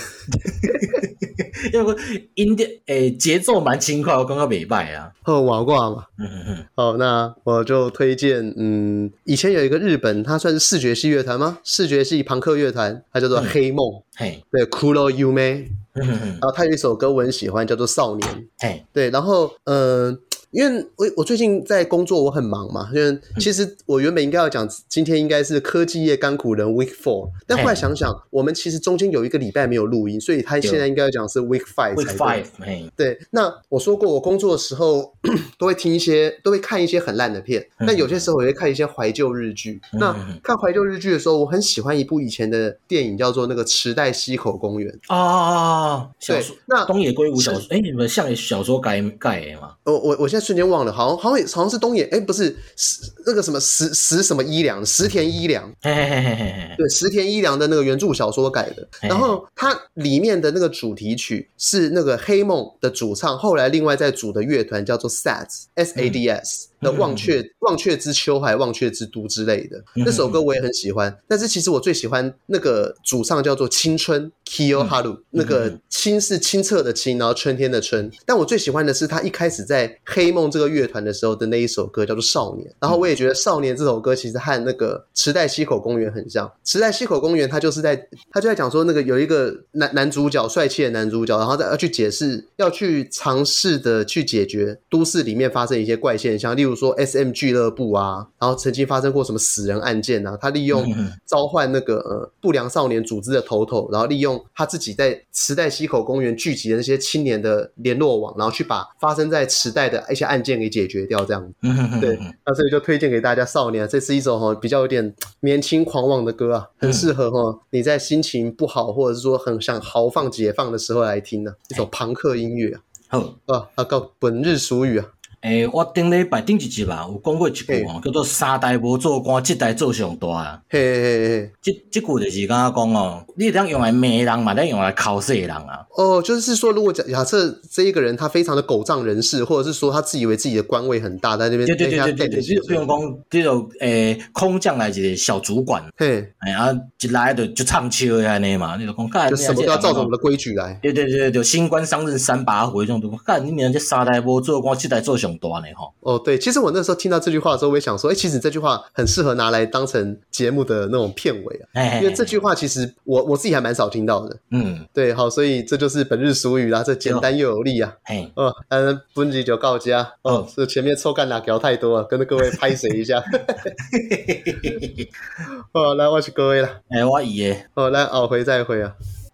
因为音调诶节奏蛮轻快，我感觉袂歹啊。哦，娃娃嘛。嗯嗯嗯，好，那我就推荐，嗯，以前有一个日本，它算是视觉系乐团吗？视觉系朋克乐团，它叫嗯做黑梦，嘿，对，Kuro Yume。嗯嗯嗯然后它有一首歌我很喜欢，叫做《少年》。嘿，对，然后，嗯、因为我我最近在工作，我很忙嘛。因嗯为其实我原本应该要讲今天应该是科技业甘苦人 Week Four，但后来想想，我们其实中间有一个礼拜没有录音，所以他现在应该要讲是 Week Five 才 Week 对。 Five，嘿，对，那我说过，我工作的时候都会听一些，都会看一些很烂的片，嗯但有些时候也会看一些怀旧日剧。嗯那看怀旧日剧的时候，我很喜欢一部以前的电影，叫做那个《池袋西口公园》。啊，小对说，那哦东野圭吾小是说，诶，你们像野小说改改的嘛？我我我现在瞬间忘了，好像好像也好像是东野，哎，不是石那个什么石石什么一良，石田一良。嘿嘿嘿嘿嘿嘿，对，石田一良的那个原著小说改的，哎然后它里面的那个主题曲是那个黑梦的主唱，后来另外在组的乐团叫做 Sads S A D S 的《忘却忘却之秋》还《忘却之都》之类的，那首歌我也很喜欢。但是其实我最喜欢那个主唱叫做青春 Kyo Haru，那个青是清澈的青，然后春天的春。但我最喜欢的是他一开始在黑梦这个乐团的时候的那一首歌叫做《少年》，然后我也觉得《少年》这首歌其实和那个池袋西口公园很像。池袋西口公园，他就是在他就在讲说那个有一个男男主角，帅气的男主角，然后再要去解释，要去尝试的去解决都市里面发生一些怪现象，例如说 S M 俱乐部啊，然后曾经发生过什么死人案件啊，他利用嗯嗯召唤那个呃不良少年组织的头头，然后利用他自己在池袋西口公园聚集的那些青年的联络网，然后去把发生在池袋的一些案件给解决掉，这样子。嗯嗯嗯，对嗯，那所以就推荐给大家《少年》，这是一首哈比较有点年轻狂妄的歌啊，很适嗯合哈你在心情不好或者是说很想豪放哎解放的时候来听呢、一首朋克音乐啊。好，啊啊，告本日俗语啊，诶、我顶礼拜顶一集吧，有讲过一句哦，叫做“三代无做官，即代做上大嘿嘿嘿嘿”。，即即句就是敢若讲哦，你会当用来骂人嘛，咱用来考试人啊。哦，就是说，如果假假设这一个人他非常的狗仗人势，或者是说他自以为自己的官位很大，在那边哎对对对在对那边干对对，你的就比如讲，这种诶空降来一个小主管，嘿，诶、啊一来就就唱秋的安尼嘛，你就讲，干就什么都要照着我们。你啊这人的规矩来。对对对对，就新官上任三把火这种东西，干你娘这三代无做官，即代做上大呢吼。哦，对，其实我那时候听到这句话的时候，我也想说，哎，其实这句话很适合拿来当成节目的那种片尾啊，哎，因为这句话其实我我自己还蛮少听到的。嗯，对，好，所以这就是本日俗语啦，这简单又有力啊。嘿，哦，嗯，本集就告家哦嗯，是前面臭干辣聊太多了，啊跟着各位拍谁一 (laughs) 下。哦，来，我是各位啦，诶、我伊诶。哎哦，来，哦，回再回啊。